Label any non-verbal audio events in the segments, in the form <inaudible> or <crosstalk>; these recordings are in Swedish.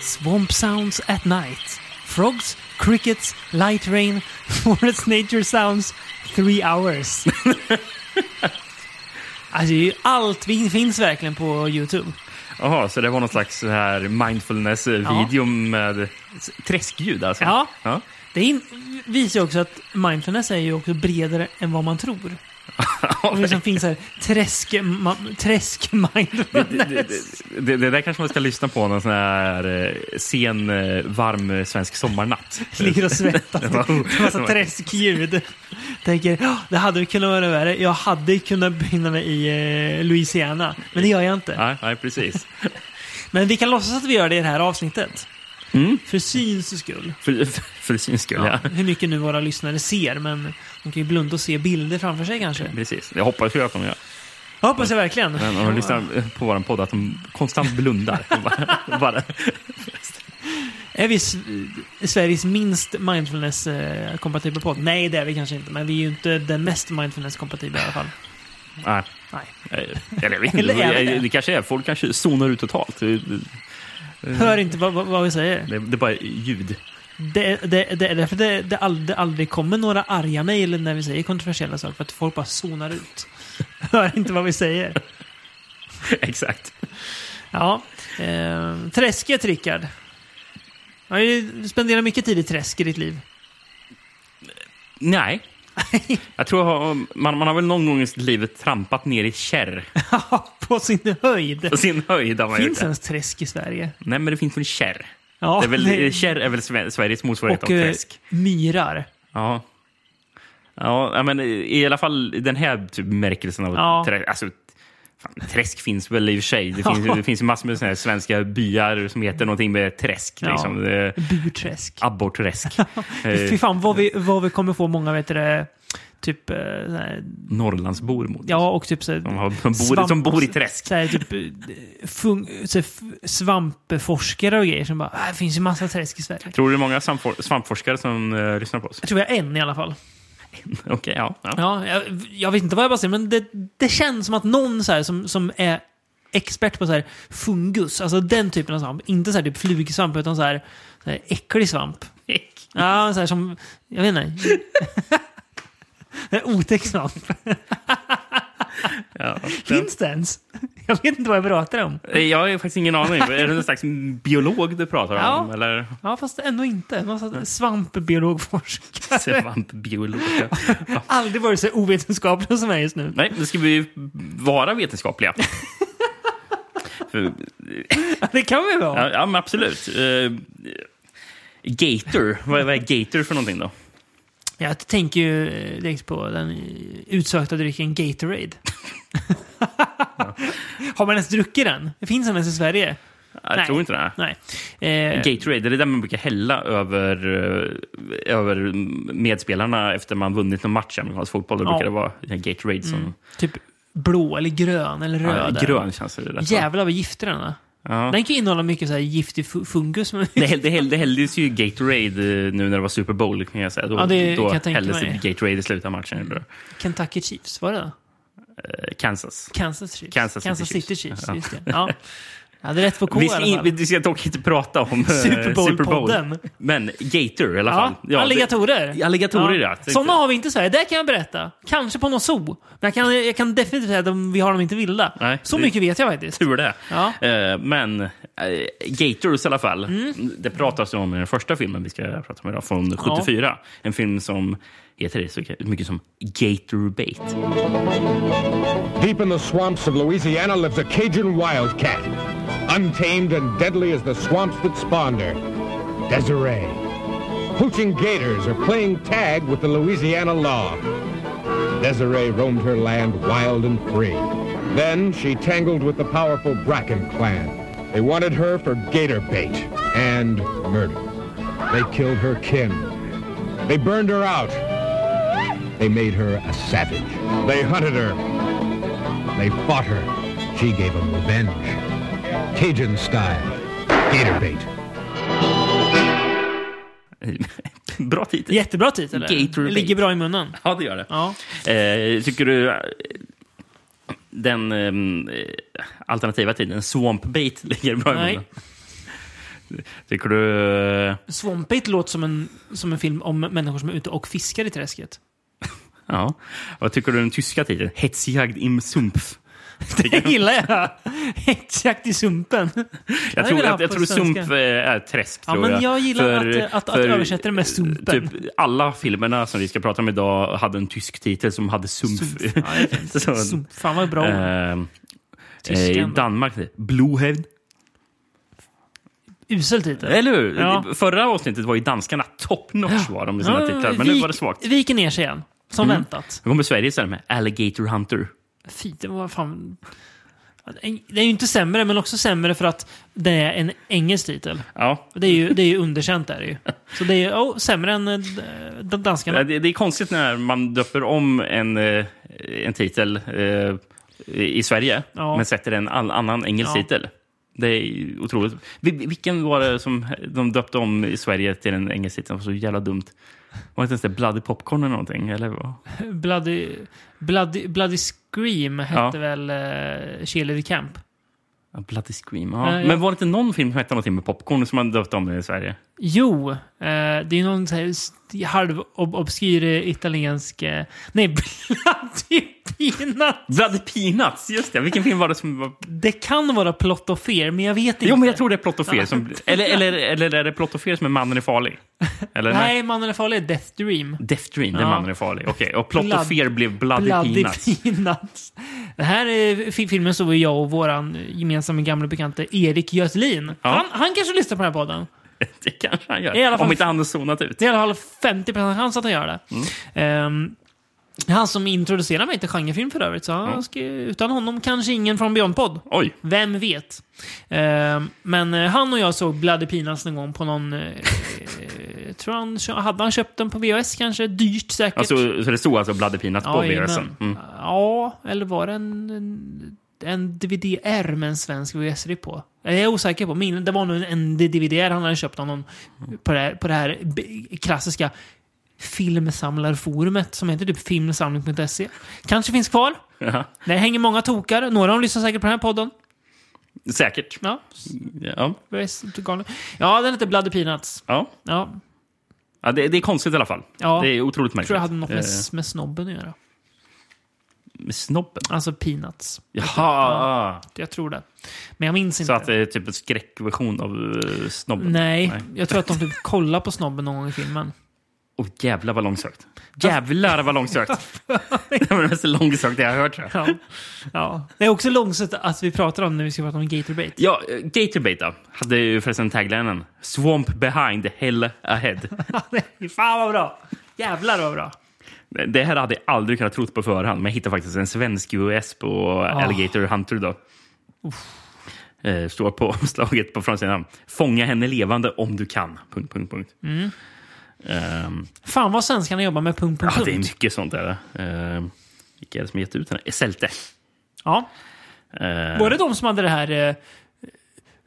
Swamp Sounds at Night. Frogs, Crickets, Light Rain, <laughs> Forest Nature Sounds, Three Hours. <laughs> alltså, det är ju allt vi- finns verkligen på Youtube. Jaha, så det var någon slags så här mindfulness-video med s- träskljud alltså? Ja. ja. Det är in- visar ju också att mindfulness är ju också bredare än vad man <laughs> tror. Och det som finns här, träsk, ma- träsk Det, det, mindfulness. det, det där kanske man ska lyssna på någon sån här eh, sen, eh, varm eh, svensk sommarnatt. Ligger och svettas. <laughs> Det är massa träskljud. Alltså, Tänker, "Ja, det hade ju kunnat vara värre. Jag hade kunnat befinna mig i eh, Louisiana. Men det gör jag inte. Nej, nej, precis. Men vi kan låtsas att vi gör det i det här avsnittet. För syns skull. För, för, för syns skull, ja. Ja, hur mycket nu våra lyssnare ser, men de kan ju blunda och se bilder framför sig kanske. Precis. Jag hoppas ju att de gör. Jag hoppas jag verkligen. Men om de lyssnar på vår podd, att de konstant <laughs> blundar. Bara- bara, Är vi Sv- Sveriges minst mindfulness-kompatibla podd? Nej, det är vi kanske inte, men vi är ju inte den mest mindfulness-kompatibla i alla fall. nej. Nej. Eh, Eller jag vet inte. Eller är vi Det, det? det kanske är. Folk kanske zonar ut totalt. Det, det, Mm. Hör inte vad, vad, vad vi säger. det är bara ljud. <laughs> Det, det, det är därför det, det, ald- det aldrig kommer några arga mejl när vi säger kontroversiella saker, för att folk bara zonar ut. <laughs> Hör inte vad vi säger. Exakt. Ja. Eh, träsket, Rickard. Har du spenderat mycket tid i träsk i ditt liv? <laughs> Nej. Jag tror jag har- man, man har väl någon gång i sitt liv trampat ner i kärr. På sin höjd. På sin <laughs> höjd har man gjort Finns det. ens träsk i Sverige? Nej, men det finns väl kärr. Ja, det är väl, det- Kärr är väl Sve- Sveriges motsvarighet och av eh, träsk. myrar. Ja. Ja, ja, men i alla fall den här typ bemärkelsen av Ja. träsk. Alltså, fan, träsk finns väl i och för sig. Det Ja. finns, det finns ju massor med såna här svenska byar som heter någonting med träsk. Ja. Liksom. Eh, Burträsk. <laughs> Abborrträsk. Fy Eh, fan vad vi, vad vi kommer få många, vet du det, typ, eh, sån här- Norrlandsbor mot. ja och typ så här- Som, har, som, bor, Svamp- som bor i träsk. Så här, typ, eh, fun, så här, f- svampforskare och grejer som bara, "Ah, det finns ju massa träsk i Sverige. Tror du det är många svampfor- svampforskare som eh, lyssnar på oss? Jag tror jag är en i alla fall. Okej, ja. ja. Ja, jag, jag vet inte vad jag bara säger, men det, det känns som att någon så här, som, som är expert på så här, fungus, alltså den typen av svamp, inte så här, typ flugsvamp, utan så här, så här äcklig svamp. Ja, så här som, jag vet <laughs> inte. En Otäck svamp. ja. Finns det ens? Jag vet inte vad jag pratar om. Eh, Jag har ju faktiskt ingen aning. är det någon slags biolog du pratar Ja. om? Eller <laughs> Ja, fast ändå inte. Någon sorts svampbiologforskare. svampbiolog? Ja. Aldrig varit så ovetenskaplig som jag är just nu. Nej, nu ska vi vara vetenskapliga. För, Det kan vi vara. <laughs> ja, ja, men absolut. Eh, gator, vad är, vad är gator för någonting då? Jag tänker ju eh, direkt på den eh, utsökta drycken <laughs> Gatorade. Har man ens druckit den? Finns den ens i Sverige? Jag Nej. tror inte det. Nej. Eh, Gatorade, det är det där man brukar hälla över, eh, över medspelarna efter man vunnit någon match i amerikansk fotboll. Då Ja. brukar det vara den här Gatorade som... typ blå eller grön eller Ja, röd. grön känns det. Där, Mm. Jävlar vad gifter den är. Ja. Den kan ju innehålla mycket så här giftig fu- fungus. men- Det, häll, det, häll, det hälldes ju Gatorade eh, nu när det var Super Bowl. Kan jag säga. Då, Ja, det då kan jag tänka hälldes mig. det Gatorade i slutet av matchen. Då. <laughs> Kentucky Chiefs, var det då? Eh, Kansas. Kansas Chiefs. Kansas City City Chiefs. Chiefs, Ja. just det. Ja. Jag hade rätt på K Vi i ska, alla in, fall. vi ska dock inte prata om eh, Super Bowl-podden. Super Bowl. Men Gator i alla fall. Ja, det- alligatorer. Alligatorer, ja. Sådana har vi inte i Sverige. Det kan jag berätta. Kanske på någon zoo. Men jag kan, jag kan definitivt säga att de- vi har dem inte vilda. Nej, Så det- mycket vet jag faktiskt. Tur det. Ja. Eh, men eh, Gators i alla fall. Mm. Det pratas ju om i den första filmen vi ska prata om idag, från 74. En film som heter det så mycket som Gator Bait. <laughs> Deep in the swamps of Louisiana lives a Cajun wildcat, untamed and deadly as the swamps that spawned her, Desiree. Poaching gators are playing tag with the Louisiana law. Desiree roamed her land wild and free. Then she tangled with the powerful Bracken clan. They wanted her for gator bait and murder. They killed her kin. They burned her out. They made her a savage. They hunted her. They fought her. She gave them revenge. Cajun style. Gator bait. Bra titel. Jättebra titel. Gator Det Ligger Bait. bra i munnen. Ja, det gör det. Ja. Eh, tycker du eh, den eh, alternativa titeln Swamp Bait <laughs> ligger bra i Nej. munnen? Tycker du... eh, Swamp Bait låter som en, som en film om människor som är ute och fiskar i träsket. Ja. Vad tycker du om den tyska titeln? Hetsjagd im Sumpf. <laughs> Det gillar jag! Hetsjakt i sumpen. Jag hade tror, velat jag, haft jag på tror sump svenska. eh, är träsk. Ja, tror men jag gillar För- att, att, att för översätta det med sumpen. Typ alla filmerna som vi ska prata om idag hade en tysk titel som hade sump. Sump. <laughs> Ja, det är fint. Så- Sump. Fan vad bra ord. Ehm, eh, I Tysken. Danmark, Bluehävn. Usel titel. Eller hur? Ja. Förra avsnittet var ju danskarna top notch var de med sina titlar, men nu var det svagt. Mm. Viker ner sig igen. Som väntat. Nu kommer Sverige istället med Alligator Hunter. Fy, det var fan... Det är ju inte sämre, men också sämre för att det är en engelsk titel. Ja. Det är ju, det är ju underkänt. Är det ju. Så det är ju oh, sämre än eh, d- danskarna. Det, det är konstigt när man döper om en, eh, en titel eh, i Sverige, Ja. men sätter en all, annan engelsk Ja. titel. Det är ju otroligt. Vil- Vilken var det som de döpte om i Sverige till en engelsk titel? Det var så jävla dumt. Var det inte ens det Bloody Popcorn eller någonting? Eller vad? Bloody, Bloody, Bloody Scream hette Ja. väl uh, Cheerleader Camp? Ja, Bloody Scream. Ja. Ja, ja. Men var det inte någon film som hette någonting med popcorn som man döpte om det i Sverige? Jo, eh, det är någon så här st- halv ob obskyr eh, italiensk... eh, nej, <laughs> Bloody Peanut! Bloody Peanuts, just det. Vilken film var det som var... <laughs> Det kan vara Plot of Fear, men jag vet inte. Jo, men jag tror det är Plot of Fear. Som... <laughs> Eller, eller, eller är det Plot of Fear som är Mannen är farlig? Eller, Nej, Mannen är farlig är Death Dream. Death Dream, där Ja. mannen är farlig. Okej, och Plot Blood- of Fear blev Bloody, Peanuts. Peanuts. Den här eh, fi- filmen såg ju jag och våran gemensamma gamla bekante Erik Götlin. Ja. Han, han kanske lyssnar på den här podden. <laughs> det kanske han gör. I alla fall- Om inte han har zonat ut. Det är i alla fall 50% chans att han gör det. Mm. Ehm, han som introducerade mig till genrefilm för övrigt, så han ska, utan honom kanske ingen från Beyond-podd. Oj, Vem vet? Ehm, men eh, han och jag såg Bloody Peanuts någon gång på någon... eh, eh, tror han, kö- hade han köpt den på VHS kanske? Dyrt säkert. alltså, så det stod alltså Bloody Peanuts på jajamän. VHSen? Mm. Ja, eller var det en, en, en DVD-R med en svensk VHS-rip på? Jag är osäker på. Min, det var nog en, en DVD-R han hade köpt av någon på det här, på det här b- klassiska filmsamlarforumet som heter typ filmsamling.se. Kanske finns kvar. Jaha. Det hänger många tokar. Några av dem lyssnar säkert på den här podden. Säkert. Ja, Ja. VHS, galen. ja den heter Bloody Peanuts. ja. Ja, ja det, det är konstigt i alla fall. Ja. Det är otroligt jag märkligt. tror jag hade något med, Eh, med snobben att göra. med snobben? Alltså Peanuts. Jaha! Jag tror det. Men jag minns inte. Så att det är typ en skräckversion av eh, snobben? Nej, jag tror att de typ kollar på snobben någon gång i filmen. Och jävlar vad långsökt. Jävlar <laughs> vad långsökt. det var det mest långsökta jag har hört. tror jag. Ja. ja. Det är också långsökt att vi pratar om när vi ska prata om gatorbait. Ja, eh, Gatorbait då. Hade ju förresten taglinen. Swamp behind, hell ahead. Fan vad bra! Jävlar vad bra! Det här hade jag aldrig kunnat trott på förhand, men jag hittade faktiskt en svensk US på Ah. Alligator Hunter. Då. Eh, Står på <laughs> omslaget på framsidan. Fånga henne levande om du kan. Punkt, punkt, punkt. Ehm, Fan vad svenskarna jobbar med punkt, punkt, ja, det är punkt. mycket sånt där. Uh, vilka är det som gett ut den? här? Esselte. Ja. Eh, Var det de som hade det här eh,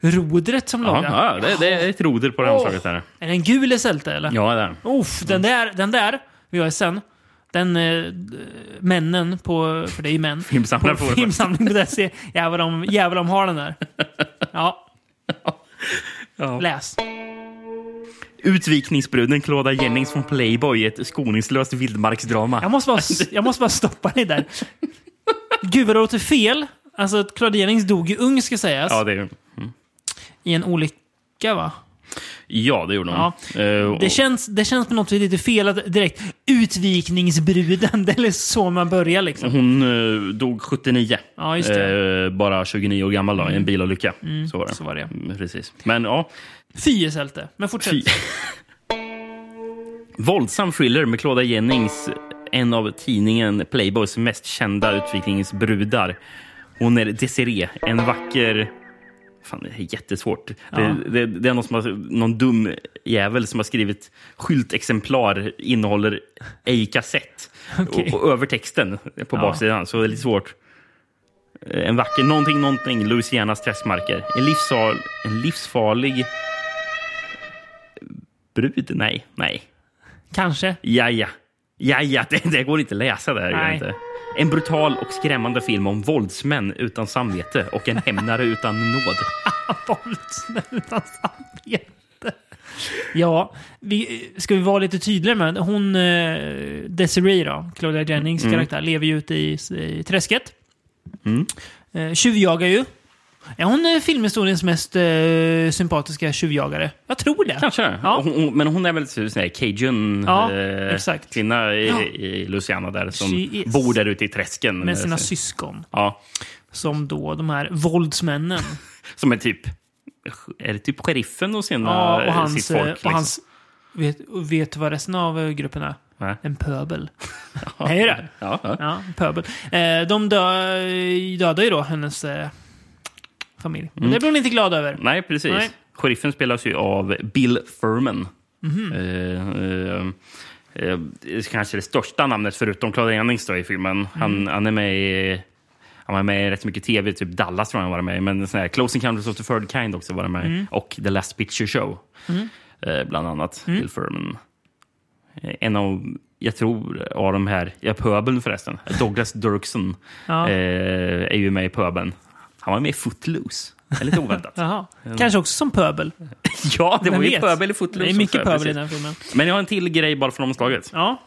rodret som ja, lagade? ja, det, det är ett roder på det här Åh. omslaget. Där. Är det en gul Esselte eller? Ja, Mm. där. Uff, den där, den där, vi har sen. Den eh, männen på, för det är ju män. Filmsamlare på på det. filmsamling.se. Jävlar de, jävlar de har den där. Ja. Ja. Läs. Utvikningsbruden Claudia Jennings från Playboy i ett skoningslöst vildmarksdrama. Jag måste bara, jag måste bara stoppa dig där. Gud vad det låter fel. Alltså, Claude Jennings dog ju ung ska sägas. Ja, det, är- I en olycka va? ja, det gjorde hon. Ja. Eh, Det och- känns, det känns på något vis lite fel att direkt utvikningsbruden, <laughs> det är så man börjar liksom. Hon eh, dog 79. Ja, just det. Eh, bara 29 år gammal då, i en bilolycka. så var det. så var det. Mm, Precis. Men ja, Fy Esselte. Men fortsätt. fy. Våldsam thriller med Claudia Jennings, en av tidningen Playboys mest kända utvikningsbrudar. Hon är Desiree, en vacker... Fan, det är jättesvårt. Det, det, det är någon, som har, någon dum jävel som har skrivit skyltexemplar innehåller ej kassett Okej. och, och över texten på Ja. baksidan, så det är lite svårt. Eh, En vacker någonting, någonting, Louisianas träskmarker. En, livsal, en livsfarlig brud? Nej, nej. Kanske. Ja, ja. Ja, ja, <laughs> det, det går inte att läsa det här. gör det Nej. Inte. En brutal och skrämmande film om våldsmän utan samvete och en hämnare utan nåd. Våldsmän utan samvete. Ja, vi, ska vi vara lite tydligare med Hon, eh, Desiree då, Claudia Jennings Mm. karaktär, lever ju ute i, i träsket. Eh, tjuvjagar ju. Är hon eh, filmhistoriens mest eh, sympatiska tjuvjagare? Jag tror det. Kanske. Ja. Och Hon, hon, men hon är väl sån här cajun Ja, eh, exakt. kvinna i, Ja. i Louisiana där som She is. bor där ute i träsken. Eh, Med sina syskon. ja, Som då de här våldsmännen. som är typ... Är det typ sheriffen och, sina, Ja, och hans... sitt folk? eh, liksom? och hans vet, och vet du vad resten av eh, gruppen är? Nej. En pöbel. Nej då. liksom? <laughs> Ja, ja. Ja, pöbel. Eh, de dö, dödar ju då hennes eh, familj. Mm. Men det blir hon inte glad över. Nej, precis. Nej. Sheriffen spelas ju av Bill Furman. Mhm. Eh, eh, eh, kanske det största namnet förutom Claude Jennings då i Mm. filmen. Han, han är med i... Han var med i rätt mycket tv, typ Dallas tror jag han var med i. Men sån här Close Encounters of the Third Kind också var han med i. Mm. Och The Last Picture Show, eh, bland annat. Mm. Bill Furman. Eh, En av, jag tror, av de här... Ja, pöbeln förresten. Douglas Dirksen Ja. eh, är ju med i pöbeln. Han var med i Footloose. Det är <laughs> lite oväntat. Jaha. Kanske också som pöbel. Ja, det Vem var ju vet? pöbel i Det Footloose. är mycket också, pöbel i precis. den här filmen. Men jag har en till grej bara från omslaget. Ja.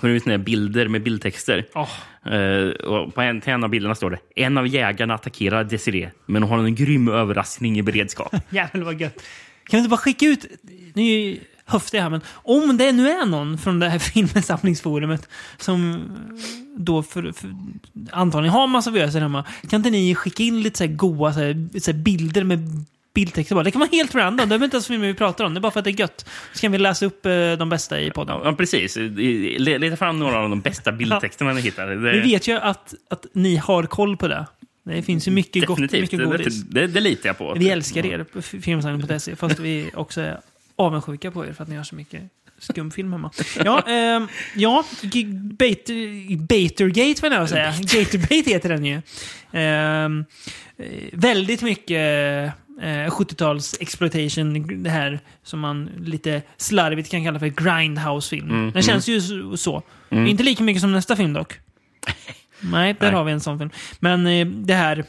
Det är såna här bilder med bildtexter. Åh. Eh, och på en, till en av bilderna står det en av jägarna attackerar Desiree, men hon har en grym överraskning i beredskap. Jävlar vad gött. Kan vi inte bara skicka ut, nu är ju höftig här, men om det nu är någon från det här <laughs> filmsamlingsforumet som då för, för, antagligen har massa VHS hemma, kan inte ni skicka in lite så här goa så här, så här bilder med bildtexter bara? Det kan vara helt random, det behöver inte ens filmer vi pratar om, det är bara för att det är gött. Så kan vi läsa upp eh, de bästa i podden. Ja, ja, precis. Eh, Le- Leta fram några av de bästa bildtexterna ni hittar. Det, Vi vet ju att, att ni har koll på det. Det finns ju mycket gott, definitivt. mycket det, typ godis. det, det, det litar jag på. typ Vi älskar er, på filmsamling.se, fast vi också är avundsjuka på er för att ni har så mycket skumfilm hemma. Ja, ehm, ja G- Bater- Batergate vill jag säga. Gaterbait heter den ju. Ehm, eh, väldigt mycket eh, 70-tals exploitation, det här som man lite slarvigt kan kalla för grindhouse-film. den känns ju så- så. Mm. Inte lika mycket som nästa film <laughs> dock. Nej, där Nej. har vi en sån film. Men eh, det här...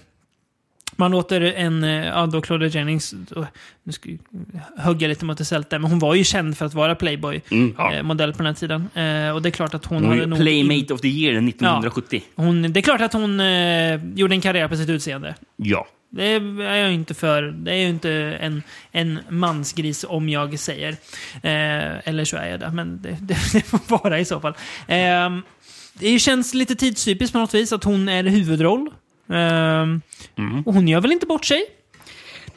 Man låter en, eh, ja då Claudia Jennings, då, nu ska jag hugga lite mot det sält där, men hon var ju känd för att vara Playboy-modell Mm, ja. på den här tiden. Eh, och det är klart att hon, Hon är hade ju nog... Playmate of the year 1970. Hon, det är klart att hon eh, gjorde en karriär på sitt utseende. Ja. Det är jag ju inte för. Det är ju inte en, en mansgris om jag säger. Eh, eller så är jag det, men det, <laughs> det, det får vara i så fall. Ehm, det känns lite tidstypiskt på något vis att hon är huvudroll. Ehm, Mm. Och hon gör väl inte bort sig?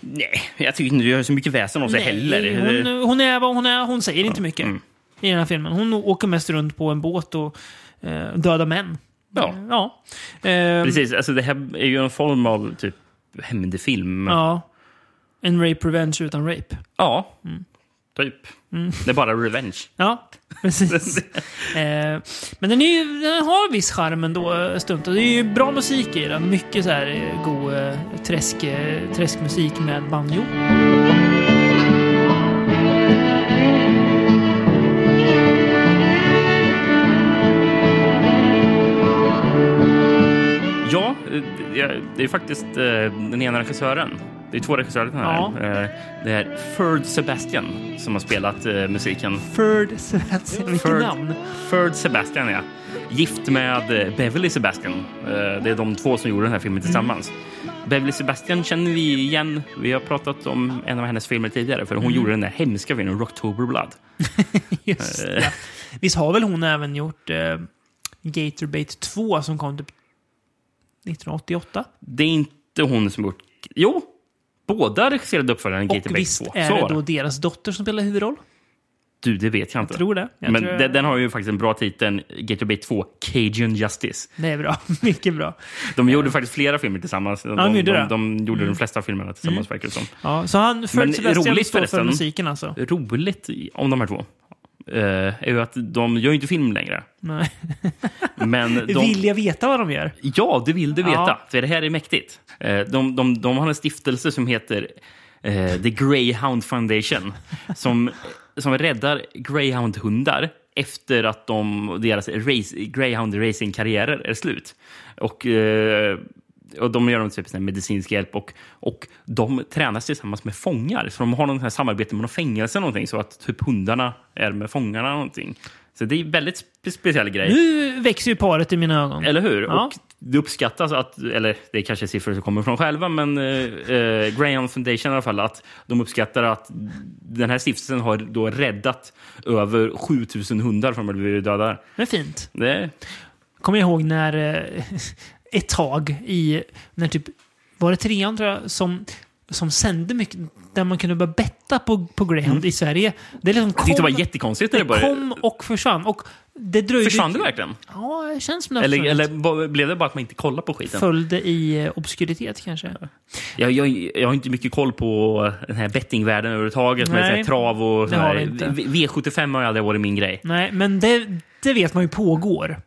Nej, jag tycker inte du gör så mycket väsen av sig heller. Mm. Hon, hon är vad hon är. Hon säger inte mycket i den här filmen. Hon åker mest runt på en båt och eh, dödar män. Ja. ja. Ehm, Precis, alltså det här är ju en form av typ hämndfilm. Ja. En rape revenge utan rape. Ja, Mm. typ. Det är bara revenge. Ja, <laughs> precis. eh, men den, är ju, den har viss charm ändå eh, stund. Och det är ju bra musik i den. Mycket så här eh, god eh, träsk, eh, träskmusik med banjo. Ja, eh, det är- det är faktiskt eh, den ena regissören. Det är två regissörer den här. Ja. Eh, Det är Ferd Sebastian som har spelat eh, musiken. Ferd Sebastian, vilket Ferd- namn! Ferd Sebastian, ja. Gift med eh, Beverly Sebastian. Eh, Det är de två som gjorde den här Mm. filmen tillsammans. Beverly Sebastian känner vi igen. Vi har pratat om en av hennes filmer tidigare. För Hon Mm. gjorde den där hemska filmen Rocktober Blood. Just det. Visst har väl hon även gjort eh, Gatorbait 2 som kom typ 1988? Det är inte hon som gjort... Jo! Båda regisserade uppföljaren Och Gator Base visst 2. är Så det var då deras dotter som spelar huvudroll? Du, det vet jag inte. Tror det. Jag Men tror den, den har ju faktiskt en bra titel, Gator Bay 2, Cajun Justice. Det är bra. <laughs> Mycket bra. De gjorde faktiskt flera filmer tillsammans. De, de, gjorde de, det. Mm. gjorde de flesta filmerna tillsammans, verkar det som. Ja, så han Men Fred Sebastian roligt står för förresten. musiken alltså? Roligt i- om de här två eh, är ju att de gör ju inte film längre. Nej. <laughs> Men de, Vill jag veta vad de gör? Ja, det vill du veta. Ja. För det här är mäktigt. Eh, De, de, de har en stiftelse som heter eh, The Greyhound Foundation som, som räddar greyhoundhundar efter att de, deras race, greyhound racing-karriärer är slut. Och, eh, och de gör dem typ sån här medicinsk hjälp och, och de tränas tillsammans med fångar. Så de har någon sån här samarbete med någon fängelse eller någonting så att typ hundarna är med fångarna eller någonting. Så det är en väldigt spe- speciell grej. Nu växer ju paret i mina ögon. Eller hur? Ja. Och det uppskattas att, eller det är kanske siffror som kommer från själva, men eh, eh, Graham Foundation i alla fall, att de uppskattar att den här stiftelsen har då räddat över 7000 hundar från att bli döda. Det är fint. Det, Kommer jag ihåg när eh, <laughs> ett tag i, när typ, var det trean tror jag, som, som sände mycket, där man kunde börja betta på, på Greyhound i Sverige. Det liksom kom, Mm. jag tyckte det var jättekonstigt när det, det började. kom och försvann. Och det dröjde... Försvann det verkligen? Ja, det känns som det. har Eller, försvunnit. eller ba- blev det bara att man inte kollade på skiten? Följde i eh, obskuritet kanske. Jag, jag, jag har inte mycket koll på den här bettingvärlden överhuvudtaget. Med Nej. så här trav och så Det har här. vi inte. V- V75 har ju aldrig varit min grej. Nej, men det, det vet man ju pågår.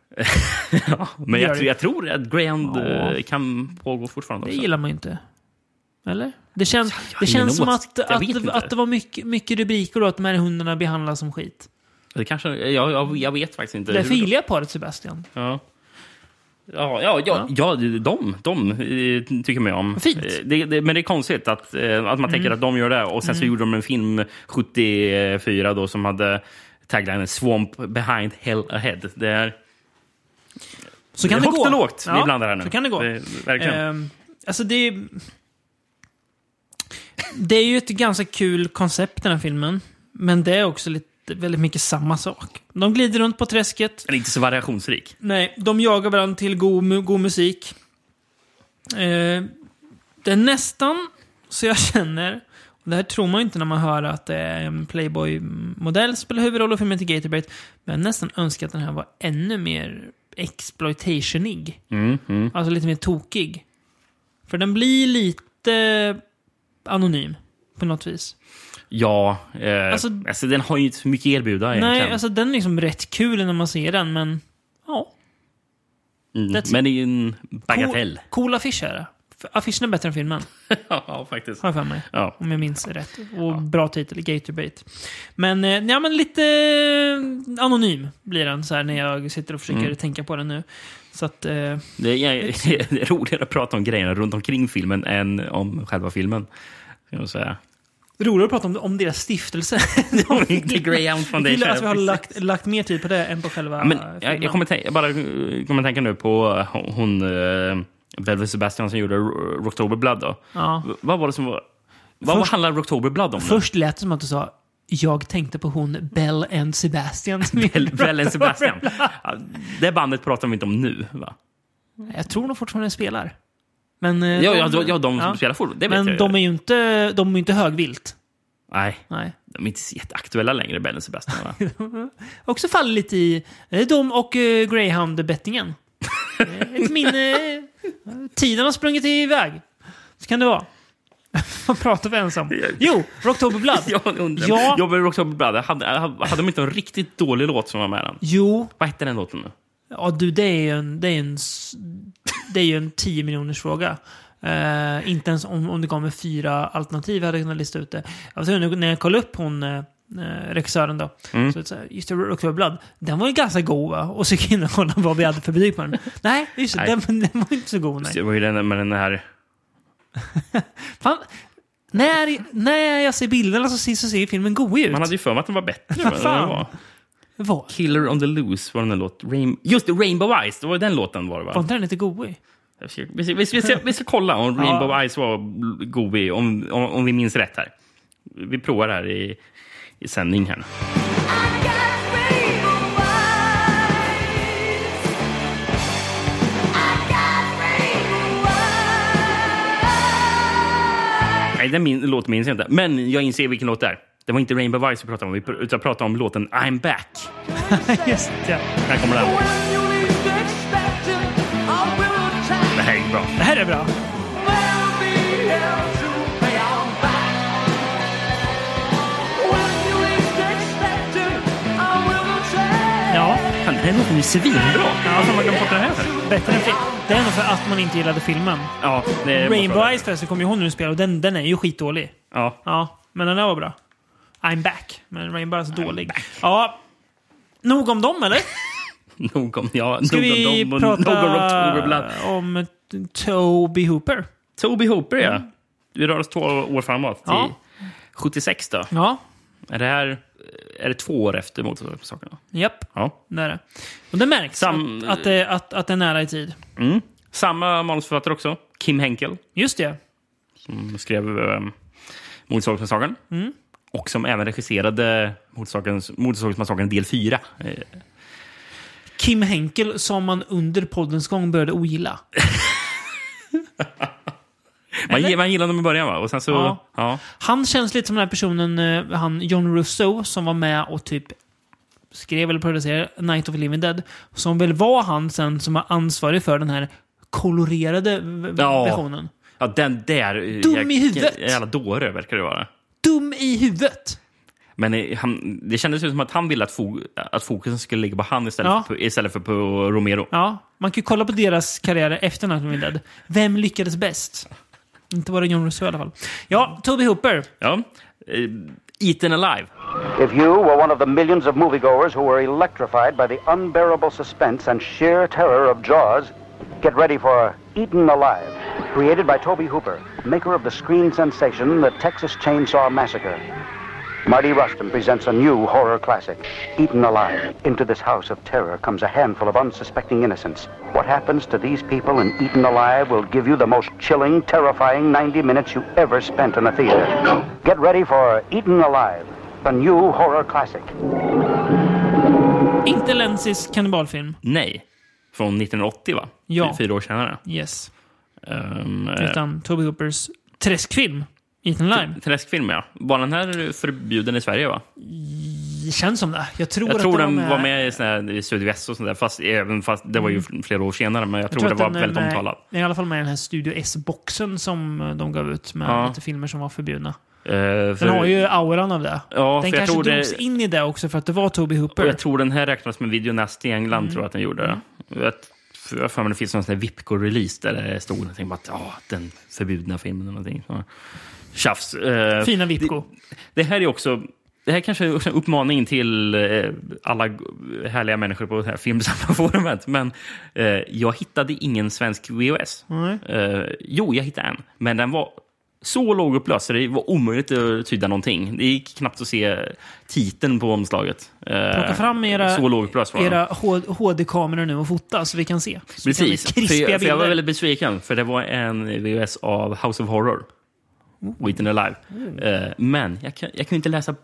Ja, men gör jag, det. tror- jag tror att Greyhound Ja. eh, kan pågå fortfarande. Det Också. gillar man ju inte. Eller? Det känns, jag har det ingen känns som åsikt. att, Jag vet att, inte. att det var mycket, mycket rubriker och att de här hundarna behandlas som skit. Det kanske, jag, jag, jag vet faktiskt inte. Det hur- filiga paret Sebastian. Ja. Ja, ja, ja, ja. de, de eh, tycker man ju om. Fint. Mm. Eh, Det, det, men det är konstigt att, eh, att man tänker att de gör det. Och sen så gjorde de en film 74 då som hade taglinen Swamp behind hell ahead. Det är, Så kan det det, är högt gå. och lågt. Vi Ja, blandar här nu. Så kan det gå. verkligen. Ehm, alltså det är... Det är ju ett ganska kul koncept den här filmen. Men det är också lite, väldigt mycket samma sak. De glider runt på träsket. Den är inte så variationsrik. Nej, de jagar varandra till god, mu- god musik. Eh, det är nästan så jag <laughs> känner, och det här tror man ju inte när man hör att det är en Playboy-modell som spelar huvudroll och filmen till Gatorbait, men jag nästan önskar att den här var ännu mer exploitationig. Mm, mm. Alltså lite mer tokig. För den blir lite anonym på något vis. Ja, eh, Alltså- alltså, den har ju inte så mycket att erbjuda egentligen. Nej, alltså den är liksom rätt kul när man ser den, men ja. mm. that's- Men det är ju en <laughs> bagatell. typ Cool, cool affisch är det. F- Affischen är bättre än filmen, ja, faktiskt. har jag för mig. Ja. Om jag minns rätt. Och bra titel, Gatorbait. Men, eh, ja, men lite eh, anonym blir den så här när jag sitter och försöker Mm. tänka på den nu. Så att, eh, Det är, <laughs> det är roligare att prata om grejerna runt omkring filmen än om själva filmen. Kan jag säga. roligare att prata om, om deras <laughs> stiftelse. The Greyhound Jag Foundation. gillar att vi har lagt, lagt mer tid på det än på själva Ja, men, filmen. jag, jag kommer tänka, jag bara eh, kommer tänka nu på eh, hon, eh, Velvet Sebastian som gjorde Ro- Rocktober Blood. Då. ja. V- Vad var det som var... Vad Först- handlar Rocktober Blood om? <laughs> nu? Först lät det som att du sa jag tänkte på hon Bell and <laughs> Sebastian. som vi Vel- pratade Velvet om. Sebastian. Ja, Det bandet pratar vi inte om nu, va? Jag tror de fortfarande spelar. Men, eh, Ja, ja, de, ja, de som ja. spelar fotboll. Det vet Men jag de ju. är ju inte, de är ju inte högvilt. Nej, Nej. de är inte så jätteaktuella längre, Velvet Sebastian. <laughs> Va? <laughs> Också faller lite i eh, de och eh, Greyhound-bettingen. Eh, Ett minne... Tiden har sprungit iväg. Så kan det vara. <laughs> Vad pratar vi ens om? Jo, Rocktober Blood. Jag undrar. Ja. Ja. Jag med Roxanne Brother. Hade, hade hade de inte en riktigt dålig låt som var med den? Jo, Vad hette den låten nu? Ja, du, det är ju en, det är en, s- det är ju en 10 miljoners fråga. Eh, inte ens om, om det kommer fyra alternativ hade jag kunnat lista ut det. Alltså, nu- när jag kollade upp hon, eh, eh, regissören då, Mm. så, så här, just det, Rocktober Blood, den var ju ganska god va? Och så gick jag in och kollade vad vi hade för betyg på <laughs> den. Nej, just det, Nej. den, den var ju inte så god. Det Nej. var ju den med den här... Fan, när, när jag ser bilderna så ser, så ser ju filmen god ut. Man hade ju för mig att den var bättre. än vad fan. den var. Var, Killer on the loose var den där låten. Rain... Just det, Rainbow Eyes. Det var ju den låten var det var va? inte den lite goig? Vi ska, vi, ska, vi, ska, vi ska- vi ska kolla om Rainbow Eyes var god om, om, om vi minns rätt här. Vi provar här i, i sändning här. I got rainbow eyes. I got rainbow eyes. Nej, den min, låten minns jag inte. Men jag inser vilken låt det är. Det var inte Rainbow Vice vi pratade om, vi pr- utan pratade om låten I'm back. Just det. Här kommer den. When you least expect it, I will Det attack. här är bra. Det här är bra. There'll be hell to pay. I'm back. When you least expect it, I will attack. Ja, Fan, den här låten är ju svinbra! Ja, fan, man kan fatta det här. bättre än film. Det är nog för att man inte gillade filmen. Ja, det måste vara Rainbow det. Eyes förresten kommer ju hon nu spela och den, den är ju skitdålig. Ja. Ja, men den där var bra. I'm back. Men Rainbow Eyes är dålig. Ja. Nog om dem, <laughs> eller? Nog om, ja, Ska nog vi om dem och nog om October Blood. prata om Toby Hooper? Toby Hooper, ja. Vi rör oss två år framåt. Till Ja. 76 då. Ja, Är det här är det två år efter Motorsakerna? japp. Ja. Det är det. Och det märks Sam- att, att, det, att, att det är nära i tid. Mm. Samma manusförfattare också, Kim Henkel, Just det. som skrev um, Motorsakerna. Mm. Och som även regisserade Motorsakerna del 4. Eh, Kim Henkel som man under poddens gång började ogilla. Man, gi- man gillade dem i början, va? Och sen så... Ja. Ja. Han känns lite som den här personen, eh, han John Russo, som var med och typ skrev eller producerade Night of the Living Dead. Som väl var han sen som var ansvarig för den här kolorerade v- Ja. versionen. Ja, den där... eh, Dum i jäk- huvudet. Jävla dåre verkar det vara. Dum i huvudet! Men eh, han, det kändes ju som att han ville att, fo, att fokusen skulle ligga på han istället, Ja. för, istället för på Romero. Ja, man kan ju kolla på deras karriärer efter Night of the Living Dead. Vem lyckades bäst? Inte var det John Russo i alla fall. Ja, Toby Hooper. Ja. Eh, Eaten Alive. If you were one of the millions of moviegoers who were electrified by the unbearable suspense and sheer terror of Jaws, get ready for Eaten Alive, created by Toby Hooper, maker of the screen sensation The Texas Chainsaw Massacre. Marty Rustin presents a new horror classic, Eaten Alive. Into this house of terror comes a handful of unsuspecting innocents. What happens to these people in Eaten Alive will give you the most chilling, terrifying 90 minutes you ever spent in a theater. Get ready for Eaten Alive, the new horror classic. Inte Lensis kannibalfilm. Nej. Från 1980, va? Ja. Fyra år senare. Yes. Ehm, eh, Um, Utan Toby Hoopers träskfilm. Eaten Lime. Träskfilm, ja. Var den här förbjuden i Sverige? va? Det känns som det. Jag tror, Jag att tror den den var med i, sån här, i Sydväst och sånt där. Fast, även fast det var ju flera år senare, men jag, tror, Mm. att det var den är väldigt med- omtalad. den är I alla fall med i den här Studio S-boxen som eh, de gav ut med Ja. lite filmer som var förbjudna. Eh, för, Den har ju auran av det. Ja, den för jag kanske tror det- drogs in i det också för att det var Toby och Hooper. jag tror den här räknas med Videonast i England, Mm. tror jag att den gjorde. Jag vet- för Jag har för mig det finns någon sån här Vipco-release där det stod någonting om att "Ja, den förbjudna filmen eller någonting. Så. Tjafs. Eh, Fina Vipco. Det här är också... Det här kanske är en uppmaning till eh, alla g- härliga människor på det här filmsammanforumet. Men eh, jag hittade ingen svensk VHS. Eh, jo, jag hittade en. Men den var så lågupplöst så det var omöjligt att tyda någonting. Det gick knappt att se titeln på omslaget. Eh, Plocka fram era, Så lågupplöst var den. era H- HD-kameror nu och fota så vi kan se. Så vi kan Precis. se krispiga för, jag, för jag var bilder. väldigt besviken, för det var en VHS av House of Horror. Witten Alive. Eh, men jag, kan- jag kunde inte läsa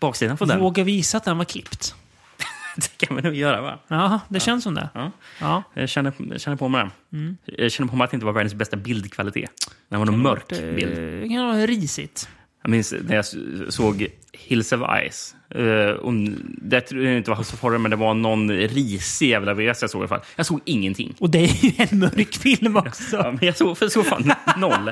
baksidan på den. Våga visa att den var klippt. <laughs> Det kan man nog göra, va? Ja, det känns som det. Ja. Ja. Jag känner, jag känner på mig den. Mm. Jag känner på mig att det inte var världens bästa bildkvalitet. Det var en mörk bild. Det kan vara risigt. Jag minns när jag s- såg Hills of Ice. Eh, och det tror jag inte var House of Horror, men det var någon risig jävla VHS jag såg i alla fall. Jag såg ingenting. Och det är ju en mörk film också. Ja, men jag såg, för <laughs> såg fan noll.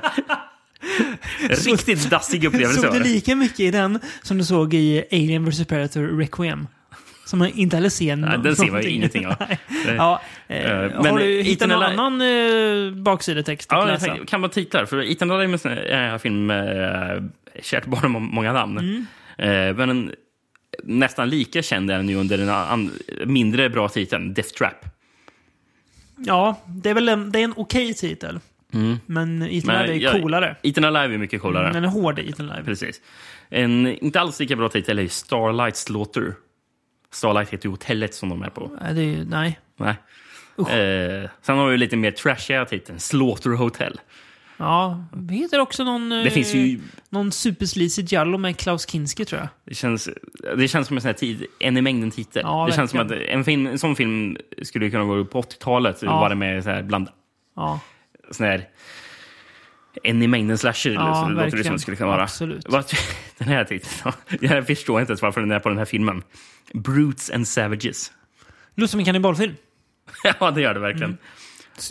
Riktigt dassig upplevelse. Såg var du det. lika mycket i den som du såg i Alien vs Predator Requiem? Som man inte heller ser Nej, den ser man ju någonting. ingenting av. <laughs> Nej. Eh, ja, eh, eh, har men du Ethan hittat någon Eli- annan eh, baksidetext att Ja, jag läsa? tänkte, kan vara titlar. För Ethan Alive är en här film med eh, kärt barn med många namn. Mm. Eh, men en, nästan lika känd är den ju under den an, mindre bra titeln Death Trap. Ja, det är väl en, det är en okej titel. Men Ethan Men Live är jag- coolare. Mm. Ethan Alive är mycket coolare. Den är hård, Ethan Live. Precis. En inte alls lika bra titel är ju Starlight Slaughter. Starlight heter ju hotellet som de är på. Nej, det är ju, nej. Nej. Eh, sen har vi ju lite mer trashiga titeln, Slaughter Hotel. Ja, det heter också någon... Det finns Eh. ju Någon superslisig giallo med Klaus Kinski, tror jag. Det känns, det känns som en sån här tid, en i mängden titel. Ja, det känns som att verkligen. en, film, en sån film skulle kunna gå upp på 80-talet. Ja. Var det med så här bland Ja. sån här en i mängden slasher. Ja, Ja, det låter det verkligen. som det skulle kunna vara. Absolut. Vad- <laughs> Den här titeln. Jag här förstår inte ens varför den är på den här filmen. Brutes and Savages. <laughs> Låter som en kannibalfilm. ja, det gör det verkligen. Mm.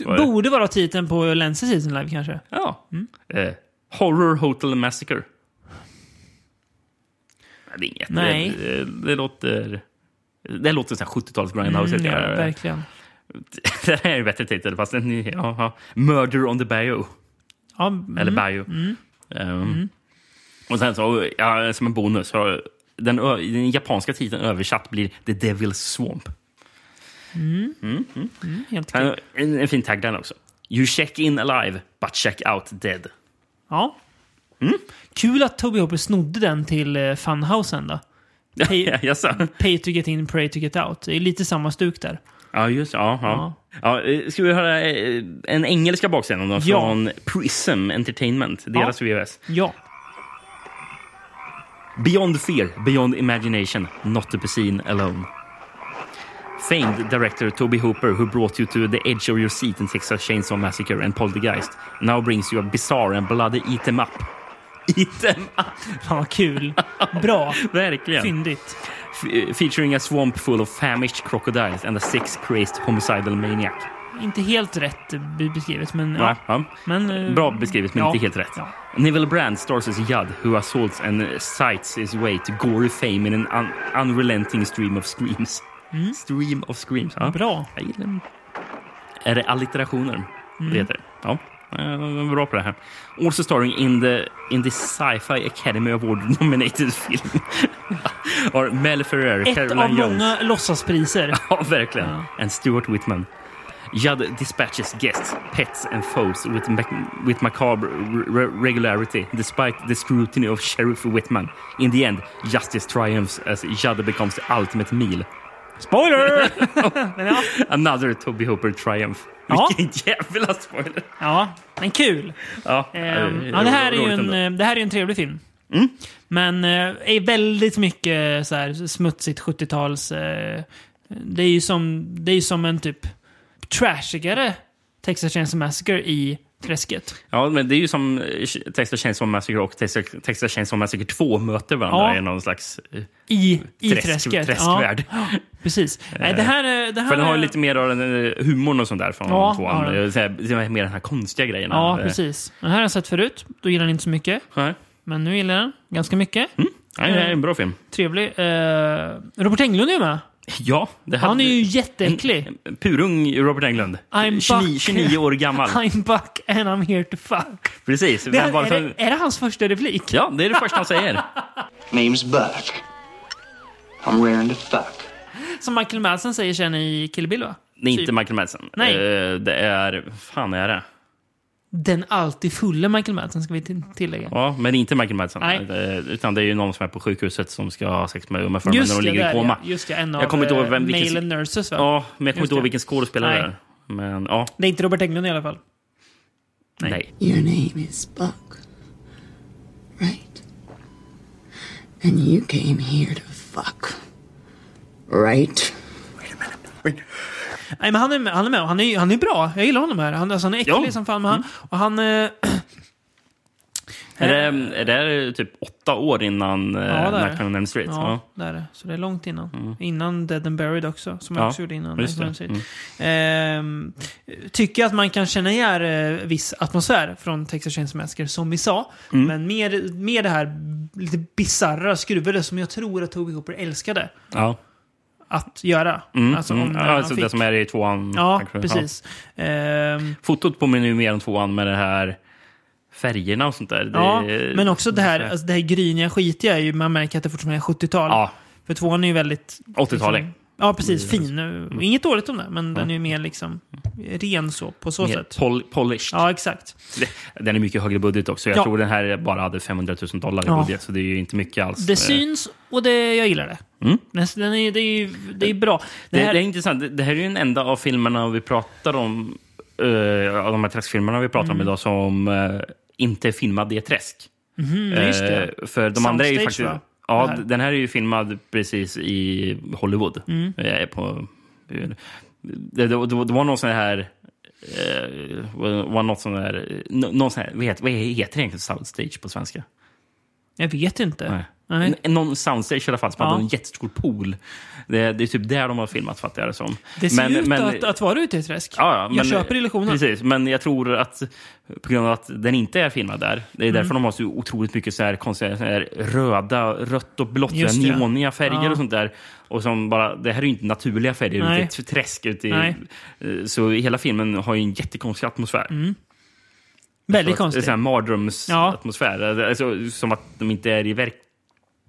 Vad är det? Borde vara titeln på Lenses season live kanske. Ja. Mm. Eh, Horror Hotel Massacre. Ja, Det är inget. Nej. Det, det, det låter... Det låter som 70-tals grindhouse. Mm, ja, heter det. verkligen. <laughs> det här är en bättre titel. Fast den, är- ja, ja. Murder on the Bayou. Ja, mm. Eller Bayou. Ehm, Och sen så, ja, som en bonus, så den, ö- den japanska titeln översatt blir The Devil's Swamp. helt okej. En, en, en fin tagline också. You check in alive, but check out dead. Ja. Mm. Kul att Toby Hopper snodde den till eh, Funhousen då. Pay, <laughs> Jaså? pay to get in, pray to get out. Det är lite samma stuk där. Ja, just det. ja, ja. ja. eh, Ska vi höra eh, en engelska baksidan då, Ja. från Prism Entertainment, deras VHS. Ja. Beyond fear, beyond imagination, not to be seen alone. Famed director Toby Hooper, who brought you to the edge of your seat in Texas Chainsaw Massacre and Poltergeist, now brings you a bizarre and bloody eat em up. <laughs> Eat em up! Fan vad <laughs> kul. Bra. Verkligen. Fyndigt. F- featuring a swamp full of famished crocodiles and a sex crazed homicidal maniac. Inte helt rätt be- beskrivet, men Ja. ja. Ja. Men, eh, Bra beskrivet, men ja. inte helt rätt. Ja. Neville Brand stars as Judd, who assaults and sights his way to gory fame in an un unrelenting stream of screams. Stream of screams. Ja. Mm. Bra. Jag gillar den. Är det allitterationer? Mm. Det heter det. Ja. Eh, Bra på det här. Also starring in the, in the Sci-Fi Academy Award-nominated <laughs> film. Har Mel Ferrer, Ett Caroline av Jones. många <laughs> låtsaspriser. Ja, verkligen. And Stuart Whitman. Judd dispatches guests, pets and foes with, mac- with macabre re- regularity despite the scrutiny of Sheriff Whitman. In the end, justice triumphs as Judd becomes the ultimate meal. Spoiler! men ja. Another Toby Hooper triumph. Ja. Vilken jävla spoiler! <laughs> ja, men kul. Ja, Ehm, ja, det, här är ju en, roligt ändå. Mm. eh, det här är ju en trevlig film. Men eh, är väldigt mycket så här, smutsigt 70-tals... Eh, det är ju som, det är ju som en typ trashigare Texas Chainsaw Massacre i träsket. Ja, men det är ju som eh, Texas Chainsaw Massacre och Texas Texas Chainsaw Massacre 2 möter varandra Ja. i någon slags eh, I, i träsk, träsket. träskvärld. Ja, precis. Nej, det här, eh, det här För den har är- ju lite mer av den eh, humorn och sånt där från Ja, ja, tvåan. den. Ja, så här, det är mer den här konstiga grejen. Ja, precis. Den här har jag sett förut. Då gillar den inte så mycket. Nej, Men nu gillar jag den ganska mycket. nej, det här är en bra film. Trevlig. Eh, Robert Englund är ju med. Ja, det Han hade- är ju jätteäcklig. en- en Purung Robert Englund. I'm 29, back. 29 år <laughs> gammal. I'm back and I'm here to fuck. Precis. Det Vem var är, det är, som... det, är det hans första replik? Ja, det är det första <laughs> han säger. Name's Buck. I'm raring to fuck. Som Michael Madsen säger sen i Kill Bill, va? Det är Typ. inte Michael Madsen. Nej. Eh, Det är... fan är det? Den alltid fulla Michael Madsen, ska vi till- tillägga. Ja, men det är inte Michael Madsen. Nej. Eh, Utan det är ju någon som är på sjukhuset som ska ha sex med Uma Thurman när Just hon det, ligger i där, koma. ja. Just det, en av Jag kommer inte ihåg eh, vem- vilken- Male and Nurses, va? Ja, men jag kommer Just inte ihåg det. vilken skådespelare det Nej. är. Men ja, Det är inte Robert Englund i alla fall. nej. Your name is Buck, right? And you came here to fuck, right? Nej, men han är med. Han är, med. och Han är, han är bra. Jag gillar honom här. Han, alltså, han är äcklig Ja. Mm. som fan. Men han, och han... eh, Är det, är det typ åtta år innan det ja, är det. Nightmare on Elm Street? Ja, det är det. Så det är långt innan. Innan Dead and Buried också, som jag Mm. Ja, också gjorde innan. just det. Mm. Exorcist. Ehm, tycker jag att man kan känna igen eh, viss atmosfär från Texas Chainsaw Massacre, som vi sa. Mm. Men mer, mer det här lite bisarra skruvade som jag tror att Toby Hooper älskade Ja. att göra. Mm. Alltså, om mm. den han alltså det fick. som är i tvåan. Ja, kanske. precis. Ehm, Ja. Fotot påminner ju mer om tvåan med det här färgerna och sånt där. Det- ja, men också det här, alltså, det här gryniga, skitiga, är ju, man märker att det fortfarande är 70-tal. Ja, För tvåan är ju väldigt... 80-talig. Liksom, ja, precis. Fin. Inget dåligt om det, men den är ju mer liksom ren så, på så mer sätt. pol polished. Ja, exakt. Den är mycket högre budget också. Jag Ja. tror den här bara hade 500 000 dollar i Ja. budget, så det är ju inte mycket alls. Det Eh, syns och det, jag gillar det. Mm. Den, den är, det, är, ju- det är bra. Det Det, det, här, är intressant. Det- Det här är ju den enda av filmerna vi pratar om, eh, av de här träskfilmerna vi pratar om idag, som eh, inte är filmad i ett träsk. mm, just det. Eh, För de andra är ju Soundstage, va? faktiskt... Ja, Det här. d- den här är ju filmad precis Mm. i Hollywood. Eh, På, det, det, det, det var någon sån här eh, var något sån där, nå- någon sån här, vad heter, vad heter det egentligen soundstage på svenska? Jag vet inte. Nej. Nej. N- Någon soundstage i alla fall, som Ja. hade en jättestor pool. Det, det är typ där de har filmat, fattar jag det som. Det ser ut att, att vara ute i ett träsk. Ja, ja, men- jag köper illusionen. Precis, men jag tror att på grund av att den inte är filmad där, det är Mm. därför de har så otroligt mycket så här konstiga så här röda, rött och blått, så Just här det. neoniga färger Ja. och sånt där. Och som bara, det här är ju inte naturliga färger, Nej. det är ett träsk. Ute i, Nej. eh, så hela filmen har ju en jättekonstig atmosfär. Alltså, Väldigt Så att- Mm. konstigt. Så här Ja. mardrömsatmosfär. Alltså, som att de inte är i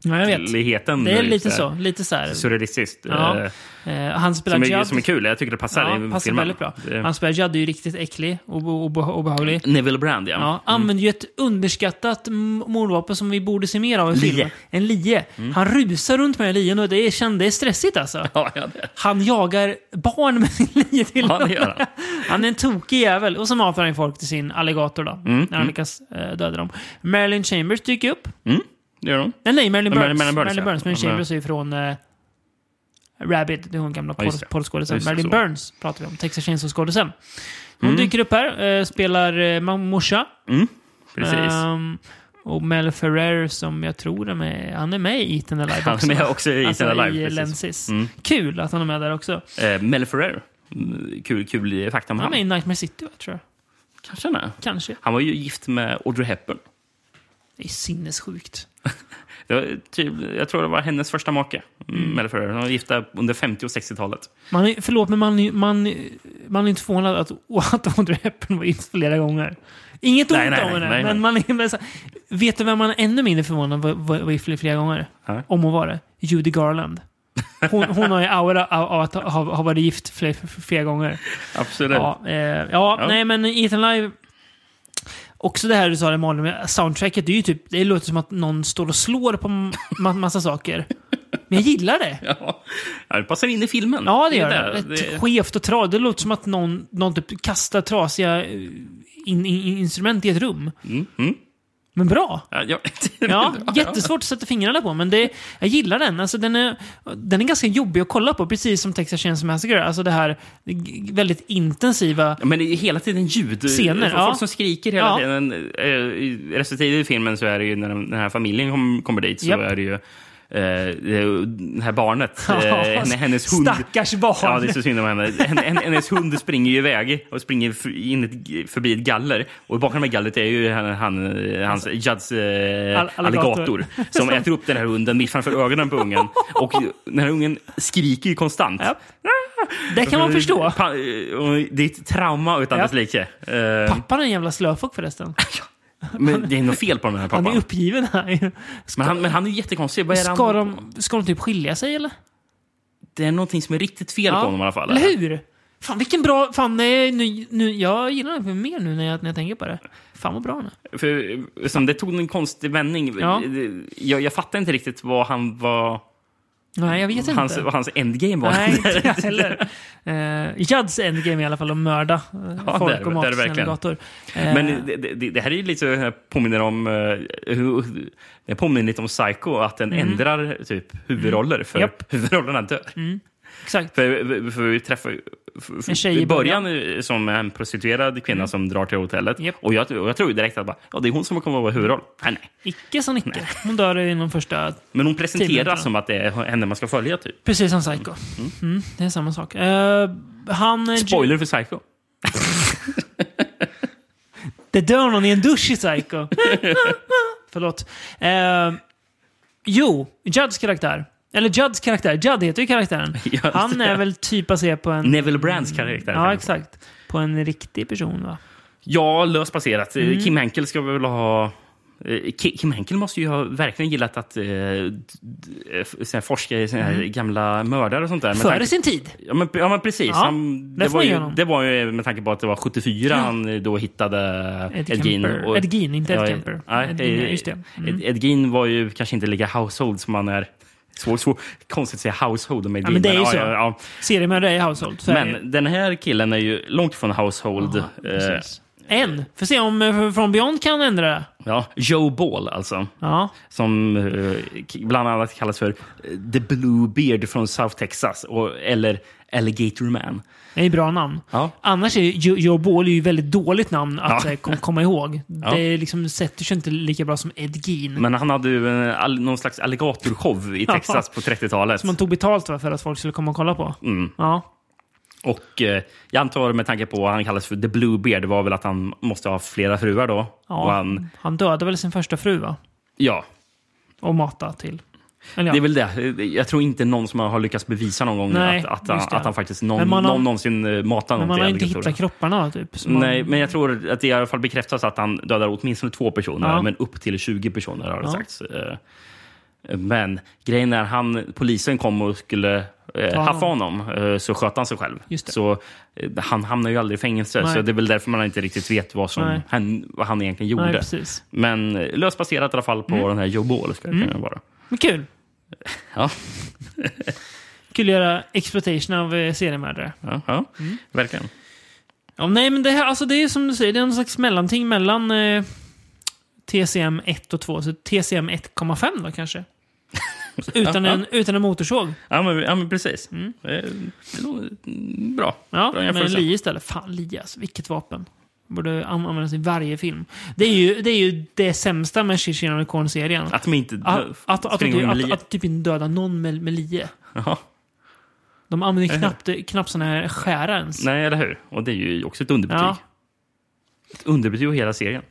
Ja, jag vet. verkligheten. Det är lite här så. Lite så här. Surrealistiskt. Ja. eh, Eh, han spelar Som är, Judd. som är kul. Jag tycker det passar ja, i passar filmen. väldigt bra. Det- Mm. Han spelar Judd är ju riktigt äcklig och obe- obe- obehaglig. Neville Brand, ja. Ja, använder ju ett underskattat m- mordvapen som vi borde se mer av i Lie. Mm. filmen. En lie. Han rusar runt med den här lien och det är, känd, det är stressigt alltså. Ja, ja, det. Han jagar barn med sin lie till Ja, det och med. gör han. Han är en tokig jävel. Och så matar han ju folk till sin alligator då. Mm. när han lyckas eh, döda dem. Marilyn Chambers dyker upp. det gör de. Nej, nej, Marilyn Ja, Burns. Marilyn- Marilyn, Marilyn Burns, ja. Burns. Marilyn Ja, Chambers är ju från eh, Rabbit. Det är hon gamla Ja, just det. porr- porrskådisen. Just det, Marilyn så. Mm. Burns pratar vi om. Texas Chainsaw-skådisen. Hon dyker upp här. eh, spelar eh, mam- morsa. Precis. Ehm, och Mel Ferrer som jag tror är med, han är med i Eaten Alive Han är också. med också i alltså Eaten Alive, i precis. Mm. Lensis. Kul att han är med där också. Eh, Mel Ferrer. Mm, Kul, kul fakta om Han är han. med i Nightmare City, va, tror jag. Kanske han är. Kanske. Han var ju gift med Audrey Hepburn. Det är sinnessjukt. Det var, typ, jag tror det var hennes första make, mm. Mel Ferrer. De var gifta under 50 och 60-talet. Man är, förlåt, men man, är- man, är- man är inte förvånad att, <laughs> att Audrey Hepburn var gift flera gånger. Inget Nej, ont nej, om henne, nej, nej. men man är men så, Vet du vem man är ännu mindre förvånad var, var, var gift flera gånger? Nej. Om hon var det? Judy Garland. Hon, <laughs> hon har ju aura av, av att ha, ha varit gift flera, flera gånger. Absolut. Ja, eh, ja, Ja. nej men Ethan Live... Också det här du sa det Malin, med soundtracket, det, är ju typ, det låter som att någon står och slår på en ma- massa saker. Men jag gillar det. Ja. det passar in i filmen. Ja, det gör är det. där. det. Skevt och tra. Det låter som att någon, någon typ kastar trasiga eh, in, in, instrument i ett rum. Mm, mm. Men bra! Ja, ja. <laughs> Ja, Ja, jättesvårt att sätta fingrarna på, men det, jag gillar den. Alltså, den, är, den är ganska jobbig att kolla på, precis som Texas Chainsaw Massacre. Alltså det här g- väldigt intensiva... Ja, Men det är hela tiden ljud. Scener, Folk ja. som skriker hela Ja. tiden. Eh, i- Respektive i filmen så är det ju när den den här familjen kom, kommer dit så Japp. är det ju eh, det här barnet, eh, <laughs> Ja, alltså, henne- hennes hund. Stackars barn! Ja, det är så synd om henne. Hen- hen- Hennes hund springer ju iväg och springer f- in ett, förbi ett galler. Och bakom det här gallret är ju han, han, hans Judds eh, Alltså, All- alligator. alligator <laughs> som äter upp den här hunden mitt framför ögonen på ungen. Och den här ungen skriker ju konstant. Japp. Det kan man förstå. Pa- och det är ett trauma utan Ja. dess like. Eh, Pappan är en jävla slöfock förresten. men det är något fel på den här Han är pappan. uppgiven här. Ska, Men han, men han är ju jättekonstig. Vad är det ska, han, de, ska de typ skilja sig eller? Det är någonting som är riktigt fel på honom i alla fall. Eller hur? Fan vilken bra... Fan, nej, nu, nu, jag gillar den mer nu när jag, när jag tänker på det. Fan vad bra den är. För, som det tog en konstig vändning. Ja. Jag, jag fattar inte riktigt vad han var... Nej, jag vet Hans, inte. vad hans endgame var. <laughs> Nej, inte jag heller. Uh, Judds endgame i alla fall att mörda eh, Ja, det är folk det- och det mat är det på sina verkligen. gator. Eh, Men det, det, det här är ju lite så här påminner om... eh, hur- Det påminner lite om Psycho, att den ändrar typ huvudroller för Mm. Japp. huvudrollerna dör. Exakt. För, för vi träffar för, för, En tjej i Mm. i början är- som en prostituerad kvinna som drar till hotellet. Japp. Och, jag, och jag tror ju direkt att bara, ja, det är hon som kommer att vara huvudroll. Nej, nej. Icke som icke. Hon dör inom första... Men Tydligen. hon presenteras som att det är henne man ska följa. Typ. Precis som Psycho. Mm, det är samma sak. Eh, han... eh, Spoiler för Psycho. Det dör någon i en dusch i <laughs> Psycho. Förlåt. Eh, jo, Judds karaktär. Eller Judds karaktär. Judd heter ju <laughs> karaktären. Just det. Han är väl typ baserad på en... Neville Brands karaktär. Ja, exakt. På en riktig person, va? Ja, löst baserat. Eh, Mm. Kim Henkel ska vi väl ha... eh, Ki- Kim Henkel måste ju ha verkligen gillat att eh, d- d- eh, f- så här forska i såna här Mm. gamla mördare och sånt där. Med Före tanke- sin tid. Ja men, ja, men precis. Ja, han, det det, får var man ju, ge honom. det var ju med tanke på att det var 74 han eh, då hittade Ed Ed Gein. Kemper. Ed Gein, inte Ed Kemper. Nej, Ed Gein, eh, just det. Mm. Ed, Ed Gein var ju kanske inte lika household som han är. Svår, svår, konstigt att säga household om Ed Ja, Gein. men det är ju ja, så. Ja, ja. Seriemördare i Household. Så är det ju. Men den här killen är ju långt från household. Ja, eh, precis. En, för se om eh, From Beyond kan ändra det. Ja, Joe Ball alltså. Ja. Som eh, k- bland annat kallas för eh, The Blue Beard från South Texas. Och, eller Alligator Man. Det är ett bra namn. Ja. Annars är Jo- Joe Ball är ju ett väldigt dåligt namn att Ja. så här, kom, komma ihåg. Det liksom sätter sig inte lika bra som Ed Gein. Men han hade ju en, all, någon slags alligatorshow i Ja. Texas på 30-talet. Som man tog betalt va, för att folk skulle komma och kolla på. Mm. Ja. Och eh, jag antar med tanke på att han kallas för The Blue Beard var väl att han måste ha flera fruar då. Ja, Och han, han, dödade väl sin första fru va? ja, Och mata till. Eller, ja. det är väl det. Jag tror inte någon som har lyckats bevisa någon gång Nej, att, att, just han, det. att han faktiskt någon, Men man har- någon någonsin eh, matar men någon man till har ju inte alligatorer. hittat kropparna va, typ. Så Nej, man, men jag tror att det i alla fall bekräftas att han dödar åtminstone två personer, Ja. men upp till 20 personer har det Ja. sagts. Eh, Men grejen är han, polisen kom och skulle eh, honom. haffa honom, eh, så sköt han sig själv. Just det. Så eh, han hamnar ju aldrig i fängelse, Nej. så det är väl därför man inte riktigt vet vad, som Nej. han, vad han egentligen nej, gjorde. precis. Mm. men eh, löst baserat i alla fall på den här Joe Ball, ska det kunna vara. Men kul. Ja, Kul att göra exploitation av eh, seriemördare. ja, ja. Mm. verkligen. Ja, nej, men det, här, alltså det är som du säger, det är någon slags mellanting mellan eh, TCM 1 och 2. Så TCM 1,5 då kanske? Så utan, en, utan en motorsåg. Ja, men, ja, men precis. Eh, Det låter mm, bra. Ja, bra med en jämförelse. lie istället. Fan, lie alltså. Vilket vapen. Borde an- användas i varje film. Det är ju det, är ju det sämsta med Shishina och Korn-serien. Att de inte Att, att, att, springer att, med att, lie. att typ inte döda någon med, med lie. Jaha. De använder knappt, knappt såna här skär ens. Nej, eller hur? Och det är ju också ett underbetyg. Ja. Ett underbetyg på hela serien.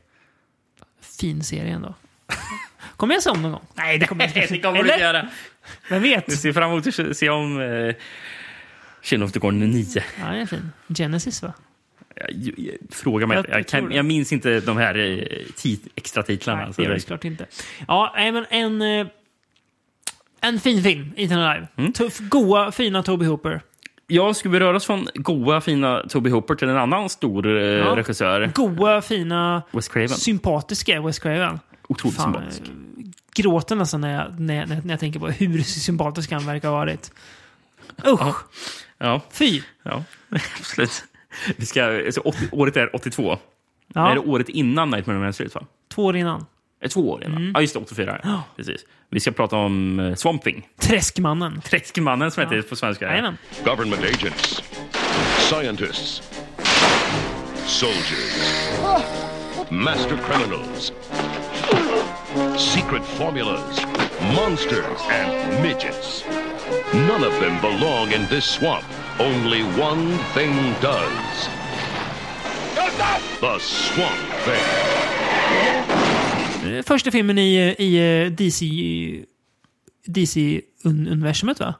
Fin serie ändå. Kommer jag se om någon gång? Nej, det kommer <laughs> det kommer du Eller? inte göra. Vem vet? <laughs> Vi ser fram emot att se om eh, Kino of the Corn 9. Ja, den är fin. Genesis va? Jag, jag, jag, fråga mig. Jag Jag, jag, tror kan, det. jag minns inte de här eh, tit, extra titlarna. Nej, så det gör alltså, det- det såklart inte. Ja, nej, men en... eh, En fin film, Ethan Alive. Mm. Tuff, goa, fina Toby Hooper. jag skulle röra oss från goa, fina Toby Hooper till en annan stor eh, regissör. Goa, fina, Wes Craven. sympatiska Wes Craven. Otroligt Fan, sympatisk. eh, Gråter nästan när jag, när, jag- när, jag- när jag tänker på hur sympatisk han verkar ha varit. Usch, Ja, fy! <laughs> ja. absolut. Vi ska, alltså, 80, året är 82. Ja, Är det året innan Nightmare on Elm Street? Va? Två år innan. Eh, Två år Mm. innan. Ja, just det. 84. Ja. Precis. Vi ska prata om eh, Swamp Thing. Träskmannen. Träskmannen som heter det på svenska. Jajamän. Government agents, scientists, soldiers, master criminals, secret formulas, monsters, and midgets. None of them belong in this swamp. Only one thing does. The Swamp Thing. Eh, Första filmen i, eh, i eh, DC... DC-universumet, va?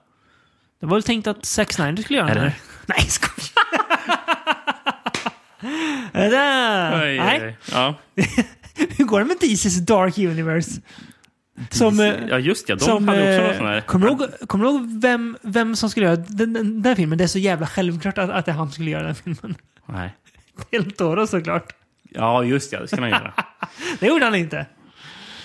Det var väl tänkt att Zack Snyder skulle göra den Eller? här? Nej, skojar! Det där. Oj, oj, Nej, oj. Ja. hur går det med DC's Dark Universe? Som, eh, ja, just ja. De som, hade också eh, någon sån här. kommer du ihåg, kommer du ihåg vem, vem som skulle göra den, den där filmen? Det är så jävla självklart att, att det är han som skulle göra den filmen. <laughs> Nej. Del Toro såklart. Ja, just ja. Det ska <laughs> man göra. Det gjorde han inte.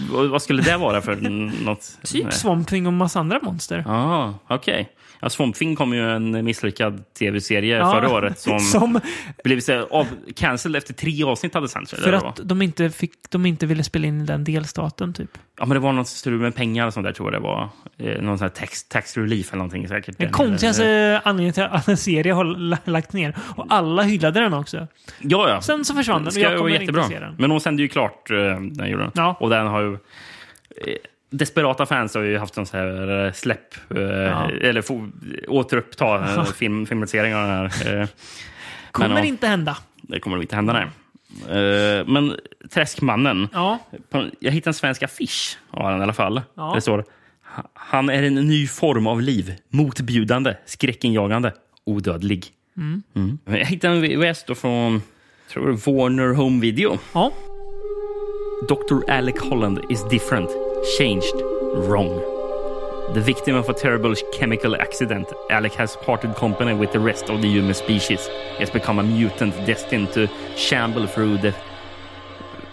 Vad- Vad skulle det vara för n- något? Typ Swamp Thing och massa andra monster. Ah, okej. Ja, Swamp Thing kom ju en misslyckad tv-serie Ja, förra året <laughs> som, som blev så här av, cancelled efter tre avsnitt hade sänts. eller För vad det att var. de inte, fick, de inte ville spela in i den delstaten, typ. Ja, men det var något strul med pengar och sånt där tror jag det var. Eh, någon sån här tax, tax relief eller någonting säkert. Den eh. konstigaste anledningen till att en serie har la- lagt ner. Och alla hyllade den också. Ja, ja. Sen så försvann den och Ska jag jag vara kommer inte jättebra. se den. Men hon sände ju klart eh, den gjorde hon. Ja. Och den har ju... eh, Desperata fans har ju haft en sån här eh, släpp... eh, Eller få, återuppta eh, film, filmatisering av den här. eh, Kommer ja. inte hända. Det kommer nog inte hända, nej. Eh, Men Träskmannen. Ja. På- Jag hittade en svensk affisch av den i alla fall. Ja. Det står "Ha- Han är en ny form av liv. Motbjudande, skräckinjagande, odödlig. Mm. Jag hittade en VHS då från tror det var Warner Home Video. Ja. Dr. Alec Holland is different, changed, wrong. The victim of a terrible chemical accident, Alec has parted company with the rest of the human species. He has become a mutant destined to shamble through the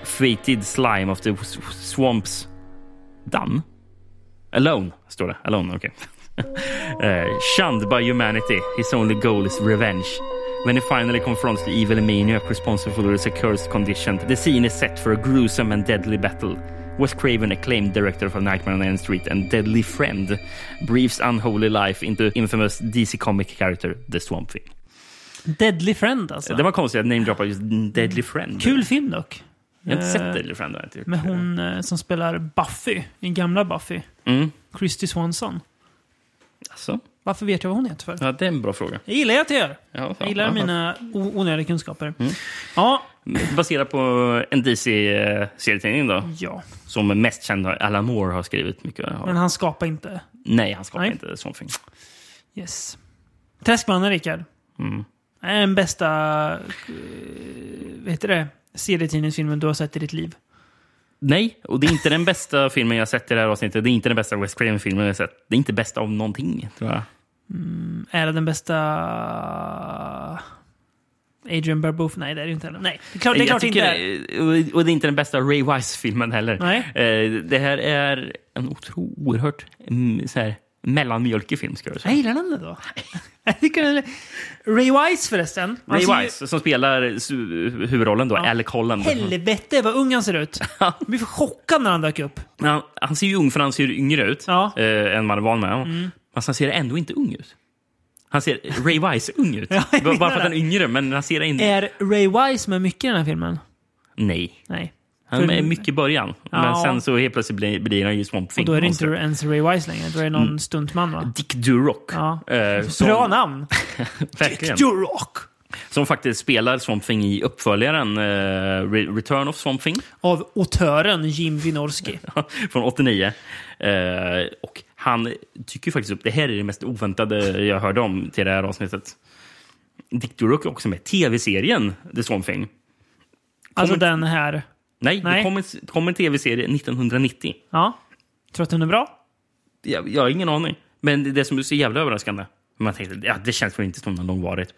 fated slime of the s- swamps. Done. Alone, står det. <laughs> Alone, okej. Eh, shunned by humanity, his only goal is revenge. When he finally confronts the evil maniac responsible for his accursed condition, the scene is set for a gruesome and deadly battle. Wes Craven, acclaimed director of Nightmare on Elm Street and Deadly Friend, breathes unholy life into infamous DC comic character The Swamp Thing. Deadly Friend alltså. Det var konstigt att namedroppa just Deadly Friend. Kul film dock. Jag har inte Eh, sett Deadly Friend. har jag inte gjort. Med hon eh, som spelar Buffy, den gamla Buffy. Mm. Christy Swanson. Alltså, Varför vet jag vad hon heter för? ja, det är en bra fråga. Jag gillar att jag gör. Ja, Jag gillar ja. Mm. mina o- onödiga kunskaper. Ja, Baserat på en DC-serietidning då. ja. Som mest känd Alan Moore har skrivit mycket av. Men han skapar inte. Nej, han skapar Mm. Nej. inte Swamp Thing. Yes. Träskmannen, Rickard. Mm. är Den bästa... eh, Vad heter det? Serietidningsfilmen du har sett i ditt liv. Nej, och det är inte den bästa <laughs> filmen jag har sett i det här avsnittet. Det är inte den bästa Wes Craven-filmen jag har sett. Det är inte bäst av någonting, tror jag. Är det den bästa... eh, Adrian Barbouf? Nej, det är det inte heller. Nej, det är klart, det är jag klart det inte tycker- är. och- Och det är inte den bästa Ray Wise-filmen heller. Nej. Eh, Det här är en otro, oerhört mm, så här, mellanmjölkig film, ska jag säga. Jag gillar den ändå. <laughs> Jag tycker den är- Ray Wise förresten. Han ser Ray ju- Wise, som spelar su- huvudrollen då, Alec Holland. Helvete vad ung han ser <laughs> ut. Jag blev chockad när han dök upp. Men Han, han ser ju ung för han ser yngre ut Ja. Mm. eh, än man är van med. Men han ser ändå inte ung ut. Han ser Ray Wise ung <laughs> ut. Ja, jag B- Bara menar för att han det. är Eh. yngre, men han ser inte... Är Ray Wise med mycket i den här filmen? Nej. Nej. Han För- är mycket i början, men Ja. sen så helt plötsligt blir, blir han ju Swamp Thing. Och då är det inte monster. ens Ray Wise längre. Då är det någon stuntman va? Dick Durock. Ja. eh, Mm. som, Bra namn! verkligen, Durock! som faktiskt spelar Swamp Thing i uppföljaren eh, Re- Return of Swamp Thing Av autören Jim Wynorski. från 89. Eh, och han tycker ju faktiskt upp det här är det mest oväntade jag hörde om till det här avsnittet. Dick Durock är också med i tv-serien The Swamp Thing. Alltså Kommer- den här. Nej, Nej. det kom en, kom en tv-serie 1990. Ja. Tror att den är bra? Jag, jag har ingen aning. Men det- det som är så jävla överraskande. Man tänkte, ja, det känns väl inte som någon långvarigt.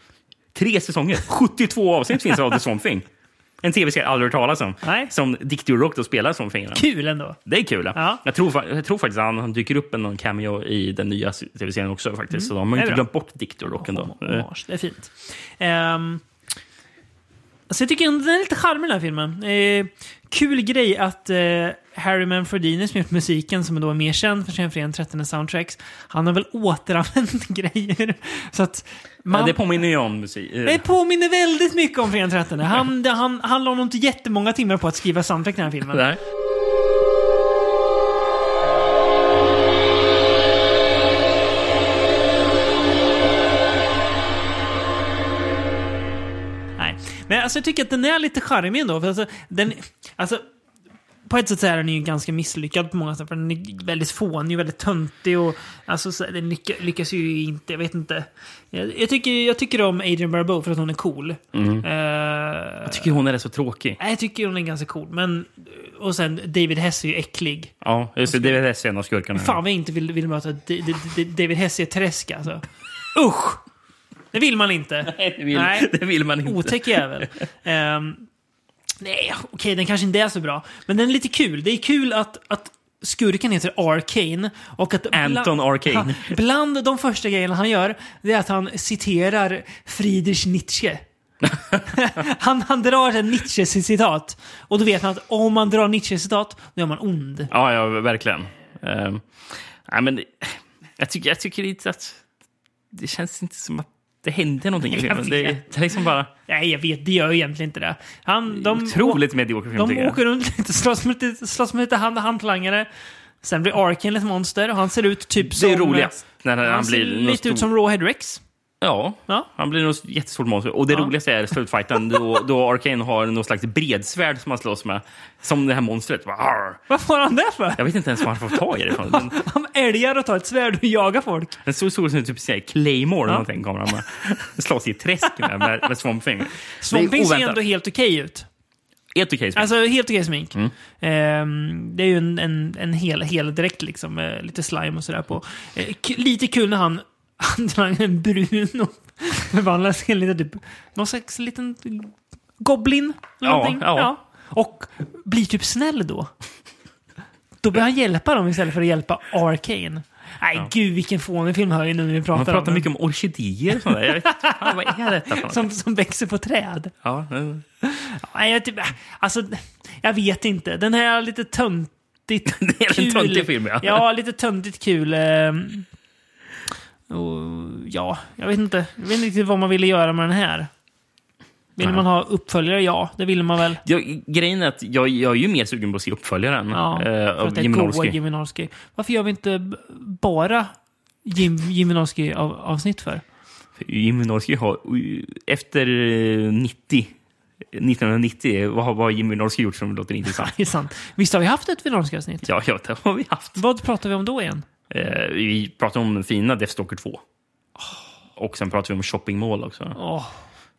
Tre säsonger, <laughs> 72 avsnitt finns av The Swamp Thing. En tv-serie jag aldrig hört talas om. Nej. Som Dick Durock då spelar Swamp Thing. Kul ändå. Det är kul. Ja. Jag, tror, fa- jag tror faktiskt att han, han dyker upp i någon cameo i den nya tv-serien också. faktiskt. Så de har ju Mm. Det är inte bra. glömt bort Dick Durock ändå. Eh, Hommage. Det är fint. Um, så jag tycker ändå den är lite charmig den här filmen. Eh, kul grej att eh, Harry Manfredini som gjort musiken, som då är mer känd för sina Fren 13 soundtracks, han har väl återanvänt <laughs> grejer. Så att man, ja, det det, påminner ju om musik. eh, påminner väldigt mycket om Fren 13. Han, det, han, han la nog inte jättemånga timmar på att skriva soundtrack till den här filmen. där. Nej. Men alltså, jag tycker att den är lite charmig ändå. För alltså, den, alltså, på ett sätt så är den ju ganska misslyckad på många sätt. För den är väldigt fånig och väldigt töntig. Och, alltså, så, här, den lyckas, lyckas ju inte, jag vet inte. Jag, jag, tycker, jag tycker om Adrian Barbeau för att hon är cool. Mm. Eh, Jag tycker hon är rätt så tråkig. jag tycker hon är ganska cool. Men, och sen David Hess är ju äcklig. Ja, just det. Det är det en av skurkarna. Fan vad jag inte vill, vill möta D- D- D- David Hess i ett träsk alltså. Usch! Det vill man inte. <laughs> Nej, det vill, Nej. Det vill man <laughs> inte. Otäck jävel. Ehm, nej, okej, den kanske inte är så bra. Men den är lite kul. Det är kul att, att skurken heter Arcane. Och att bland- Anton Arcane. Ha, bland de första grejerna han gör, det är att han citerar Friedrich Nietzsche. <laughs> han, han drar en Nietzsche-citat. Och då vet man att om man drar Nietzsche-citat, då är man ond. Ja, ja verkligen. Ehm, nej, men det- jag, tycker, jag tycker inte att... Det känns inte som att det händer någonting i Jag filmen. Det, vet. det är liksom bara Nej, jag vet, det gör ju egentligen inte det. Han, de, otroligt medioker film, tycker Mm. De jag. åker runt lite, slåss mot lite, slåss mot lite hand, hantlangare. Sen blir Arkin ett monster och han ser ut typ som... Det är roligast när han, Han, blir ser någon lite stor- ut som Rawhead Rex. Ja, Ja. han blir något jättestort monster. Och det Ja. roligaste är slutfighten då, då Arcane har något slags bredsvärd som han slåss med. Som det här monstret. Bara, "Arr." Vad får han det för? Jag vet inte ens var han får ta i det <laughs> ifrån. Den, Han älgar och tar ett svärd och jagar folk. den såg så ut som typ så här Claymore eller någonting. Kommer han med. Slåss i ett träsk med, med, med Swamp Thing. Swamp Thing ser oväntat. ändå helt okej ut. Helt okej. Sven. Alltså helt okej smink. Mm. Ehm, det är ju en, en, en hel, hel direkt liksom, med lite slime och sådär på. Eh, k- lite kul när han <laughs> antagligen brun och <laughs> förvandlas till lite typ, någon slags liten goblin. eller Ja, någonting. ja. Och blir typ snäll då. Då börjar han hjälpa dem istället för att hjälpa Arcane. Nej, gud vilken fånig film hör ju nu när vi Man pratar, pratar om mycket om orkidéer och sånt där. Jag vet, inte, fan, vad är detta för den. något? Som, som växer på träd. Ja, eh, Nej, jag, typ, alltså, jag vet inte. Den här är lite töntigt kul. <laughs> Det är en töntig film, ja. Ja, lite töntigt kul. ehm. Och, ja, jag vet inte. Jag vet inte riktigt vad man ville göra med den här. Vill Nej. man ha uppföljare? Ja, det ville man väl. jag, grejen är att jag, jag är ju mer sugen på att se uppföljaren Ja, eh, för att av det är Jimmy goa Norski. Jiminowski. Varför gör vi inte b- bara Jim, Jiminowski av, avsnitt för? Jimmy Norski har, efter eh, 90, 1990, vad har, vad har Jimmy Norski gjort som låter <laughs> intressant? Det är sant. Visst har vi haft ett Winorski-avsnitt? ja, ja, det har vi haft. Vad pratar vi om då igen? Eh, vi pratade om den fina Death Stalker 2. Och sen pratade vi om Shopping Mall också. Åh.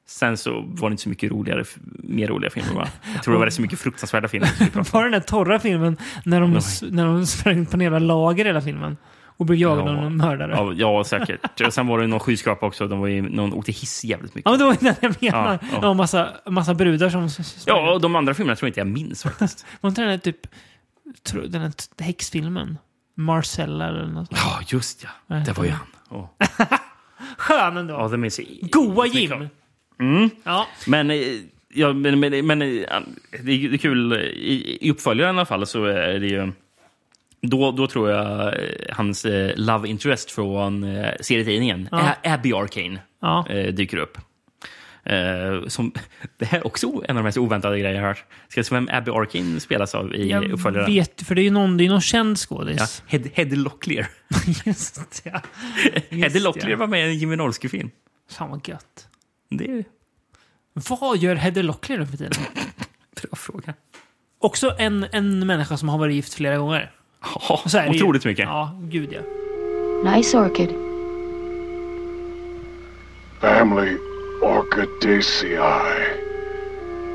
Sen så var det inte så mycket roligare, mer roliga filmer. <laughs> Va? Jag tror det var rätt så mycket fruktansvärda filmer. som vi pratade om. Var den där torra filmen när de, när de sprang på en jävla lager hela filmen och blev jagade av Ja. någon mördare? Ja. Ja, ja, säkert. Och sen var det någon skyskrapa också. De var ju, någon åkte hiss jävligt mycket. men det var ju det jag menar. Ja, ja. Det var en massa, massa brudar som s- s- sprang. Ja, och de andra filmerna tror jag inte jag minns faktiskt. Var inte den där typ, tro- den där t- häxfilmen? Marcella eller något sånt. <laughs> Ja, just ja. Det var ju han. Ja, Skön ändå. ja, det minns jag. Goa Jim! Ja. Men, eh, ja, men, men, men eh, det är ju- det är kul. eh, I, I uppföljaren i alla fall så är det ju... Då, då tror jag eh, hans eh, love interest från eh, serietidningen, A- Abby Arcane, Ja. eh, dyker upp. Eh, som, <laughs> det här är också en av de mest oväntade grejer jag har hört. Ska jag se vem Abby Arcane spelas av i Jag uppföljaren? vet, för det är ju någon, det är ju någon känd Ja, skådis. Hed, Hedde Locklear. <laughs> Just det. Just Hedde det. Locklear var med i en Jimmy Norrske-film. Fan vad gött. Det är en Vad gör Hedde Locklear nu för tiden? <laughs> bra fråga. Också en, en människa som har varit gift flera gånger. Ja, Så är det ju. otroligt mycket. Ja, gud ja. Nice orchid. Family Orchidaceae.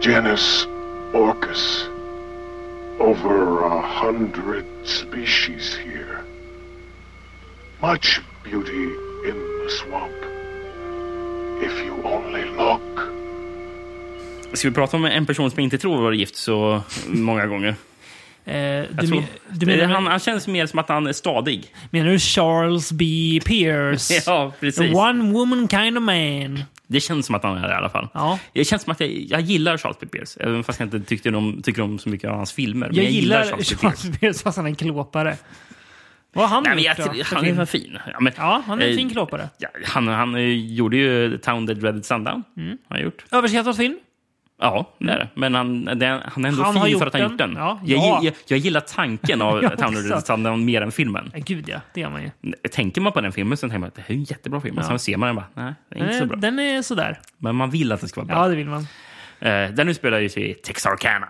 Genus Orchis. Over a hundred species here. Much beauty in the swamp. If you only look. Ska vi prata om en person som jag inte tror var gift så många gånger? Eh, Jag du, tror, men- du menar, han, han känns mer som att han är stadig. menar du Charles B. Pierce? <laughs> Ja, The precis. one woman kind of man. Det känns som att han är det i alla fall. Ja. Det känns som att jag, jag gillar Charles P. Pierce, även fast jag inte tyckte om, tycker om så mycket av hans filmer. Men Jag, jag, gillar Charles P. Pierce. Charles Pierce fast han är en klåpare. Vad har han Nej, men gjort jag, då? för han är film? väl fin. Ja, men, Ja, han är en eh, fin klåpare. Ja, han, han eh, gjorde ju Town That Dreaded Sundown. Mm. Har han gjort. Överskattad film? Ja, det är det. Men han, det, han är ändå Han har fin gjort för att han den. gjort den. Ja, jag, ja. gi- jag, jag gillar tanken <laughs> av Ja, Town That Dreaded exakt. Sundown mer än filmen. Ja, gud ja, det gör man ju. Tänker man på den filmen så tänker man att det här är en jättebra film. Men sen ser man den bara, nej, det är inte så Den bra. är, den är sådär. Men man vill att det ska vara bra. Ja, det vill man. Eh, den utspelar ju sig i Texarkana.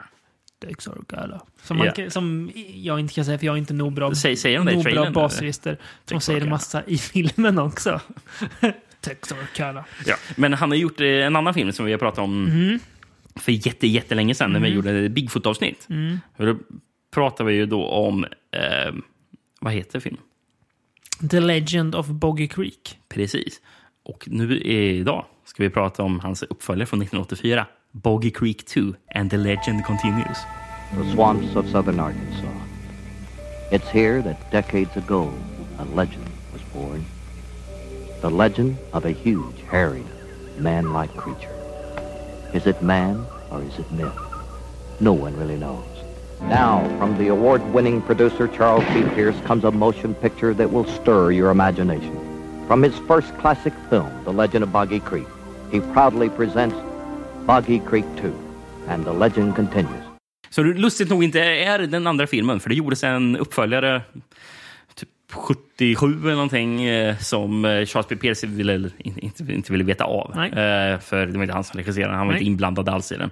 Texarkana. Som, man, Ja. kan- som jag inte kan säga för jag är inte nog bra, Säg- säger de det i nog trailern, bra eller? basregister. De säger det Texarkana. massa i filmen också. Texarkana. Ja. Men han har gjort eh, en annan film som vi har pratat om Mm. för jätte, jättelänge sedan när vi gjorde ett Bigfoot-avsnitt. Mm. Och Då pratade vi ju då om, eh, vad heter filmen? The Legend of Boggy Creek. Precis. Och nu eh, idag ska vi prata om hans uppföljare från 1984, Boggy Creek 2 and the Legend Continues. the swamps of southern Arkansas. It's here that decades ago a legend was born. The legend of a huge, hairy, man-like creature. Is it man or is it myth? No one really knows. Now, from the award-winning producer Charles B. Pierce comes a motion picture that will stir your imagination. From his first classic film, The Legend of Boggy Creek, he proudly presents Boggy Creek 2, and the legend continues. Så det lustigt nog inte är den andra filmen, för det gjordes en uppföljare typ 77 eller någonting eh, som eh, Charles P. Pierce ville, eller in- inte, inte ville veta av. Nej. Eh, För det var inte han som regisserade, han var Nej. inte inblandad alls i den.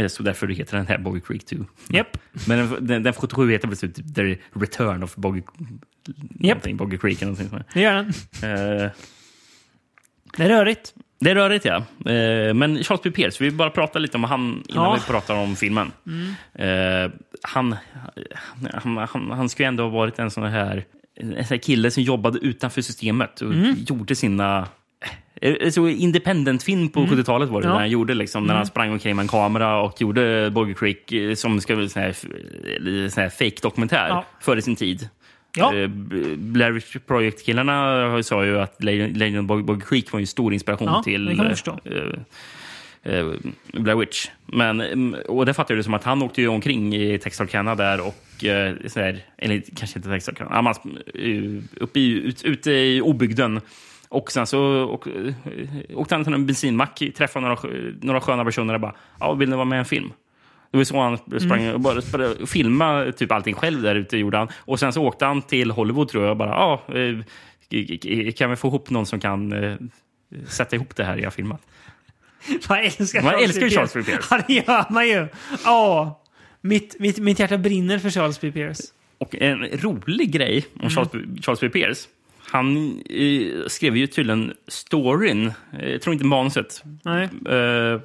Eh, Så därför heter den här Boggy Creek 2. Japp. Men den, den, den 77 heter plötsligt typ The Return of Boggy, någonting, Boggy Creek. Eller någonting sånt. Det gör den. där. Eh, Det är rörigt. det är rörigt, ja. Eh, Men Charles P. Pierce, vi vill bara prata lite om han innan Ja. Mm. vi pratar om filmen. Eh, Han, han, han, han skulle ändå ha varit en sån här, en sån här kille som jobbade utanför systemet och Mm. gjorde sina... eh, Så independent-film på 70-talet var Mm. det Ja. Mm. när han gjorde. Liksom, När han sprang omkring med en kamera och gjorde Burger Creek eh, som ska bli sån här, eh, sån här fake-dokumentär Ja. före sin tid. Ja. Eh, B- Blair Witch Project-killarna har ju- sa ju att Lejon Lejon Bog Bog Creek var ju en stor inspiration Ja, till det kan man eh, förstå. eh, eh, Blair Witch. Men, mm, och det fattar jag det som att han åkte ju omkring i Texarkana där och eh, så här, eller kanske inte Texarkana, han var, eh, uppe i, ut, ute i obygden. Och sen så och, eh, åkte han till en bensinmack, träffade några, skö- några sköna personer och bara ja, “Vill ni vara med i en film?” Det var så han sprang Mm. och bara, bara filmade typ allting själv där ute. Gjorde han. Och sen så åkte han till Hollywood tror jag och bara, ja, eh, k- k- kan vi få ihop någon som kan eh, sätta ihop det här jag har filmat? Man älskar Man älskar ju Charles Charles B. Pierce. <laughs> Ja, det gör man ju. Ja. Mitt, mitt, mitt hjärta brinner för Charles B. Pierce. Och en rolig grej om Charles, Mm. B- Charles B. Pierce. Han eh, skrev ju tydligen storyn, eh, jag tror inte manuset. Nej. Eh,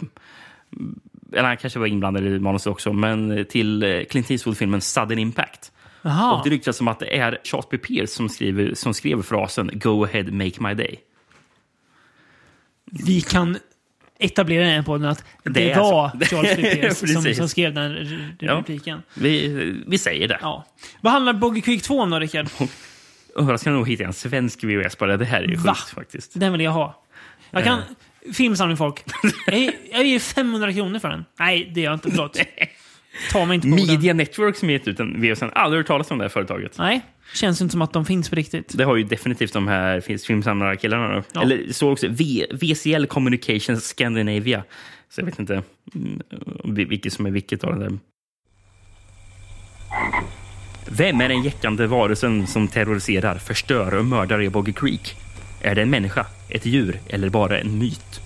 eller han kanske var inblandad i manuset också, men till eh, Clint Eastwood-filmen Sudden Impact. Jaha. Och det ryktas som att det är Charles B. Pierce som, skriver, som skrev frasen “Go ahead, make my day”. Vi kan etablera den här podden att det, Det är var <laughs> så. Charles B. Pierce som, Precis. som skrev den r- Ja. repliken. Vi, vi säger det. Ja. Vad handlar Boggy Creek 2 om då, Rickard? Överraskande nog hittar jag en svensk VHS på det. Det här är ju Va? sjukt faktiskt. Den vill jag ha. Jag kan... Eh. Filmsamling, folk. Jag, ger- <laughs> jag ger 500 kronor för den. Nej, det gör jag inte. Förlåt. Ta mig inte på orden. Media Network som gett ut en VHS. Aldrig hört talas om det här företaget. Nej, känns inte som att de finns på riktigt. Det har ju definitivt de här finns filmsamlarkillarna. då. Ja. Eller så också v, VCL Communications Scandinavia. Så jag vet inte mm, vil- vilket som är vilket av det där. Vem är den jäckande varelsen som terroriserar, förstör och mördar i Boggy Creek? Är det en människa, ett djur eller bara en myt?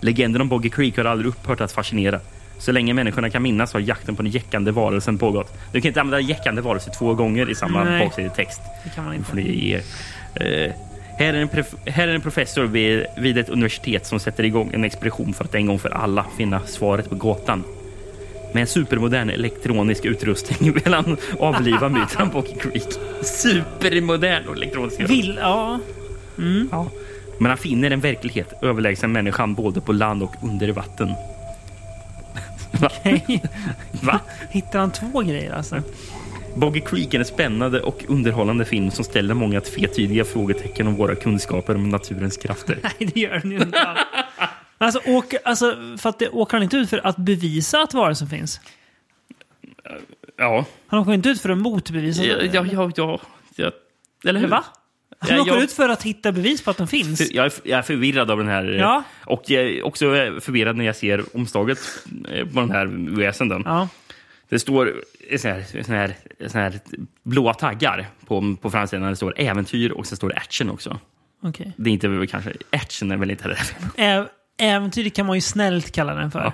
Legenden om Boggy Creek har aldrig upphört att fascinera. Så länge människorna kan minnas har jakten på den jäckande varelsen pågått. Du kan inte använda jäckande varelse två gånger i samma Nej. baksidetext. Det kan man Nu inte. får ni ge er. Eh, här, är en pref- här är en professor vid, vid ett universitet som sätter igång en expedition för att en gång för alla finna svaret på gåtan. Med en supermodern elektronisk utrustning <laughs> vill han avliva myten på Creek. Supermodern elektronisk utrustning. Vill... Ja. Ja. Men han finner en verklighet överlägsen människan både på land och under vatten. Va? <laughs> Va? Hittar han två grejer alltså? Boggy Creek är en spännande och underhållande film som ställer många tvetydiga frågetecken om våra kunskaper om naturens krafter. Nej, det gör den ju inte alls. Alltså, åker, alltså, för att det, åker han inte ut för att bevisa att varelsen finns? Ja, Han åker inte ut för att motbevisa ja, det? ja, ja, ja, ja. Eller hur? Va? Han Ja, åker jag- ut för att hitta bevis på att den finns? Jag är, jag är förvirrad av den här. eh, Ja. Och jag är också eh, förvirrad när jag ser omslaget eh, på den här väsenden. Ja. Det står eh, sån här, sån här, sån här blåa taggar på, på framsidan. Det står äventyr och sen står det action också. Okej. Det är inte kanske... Action är väl inte det. <laughs> Ä- Äventyr kan man ju snällt kalla den för.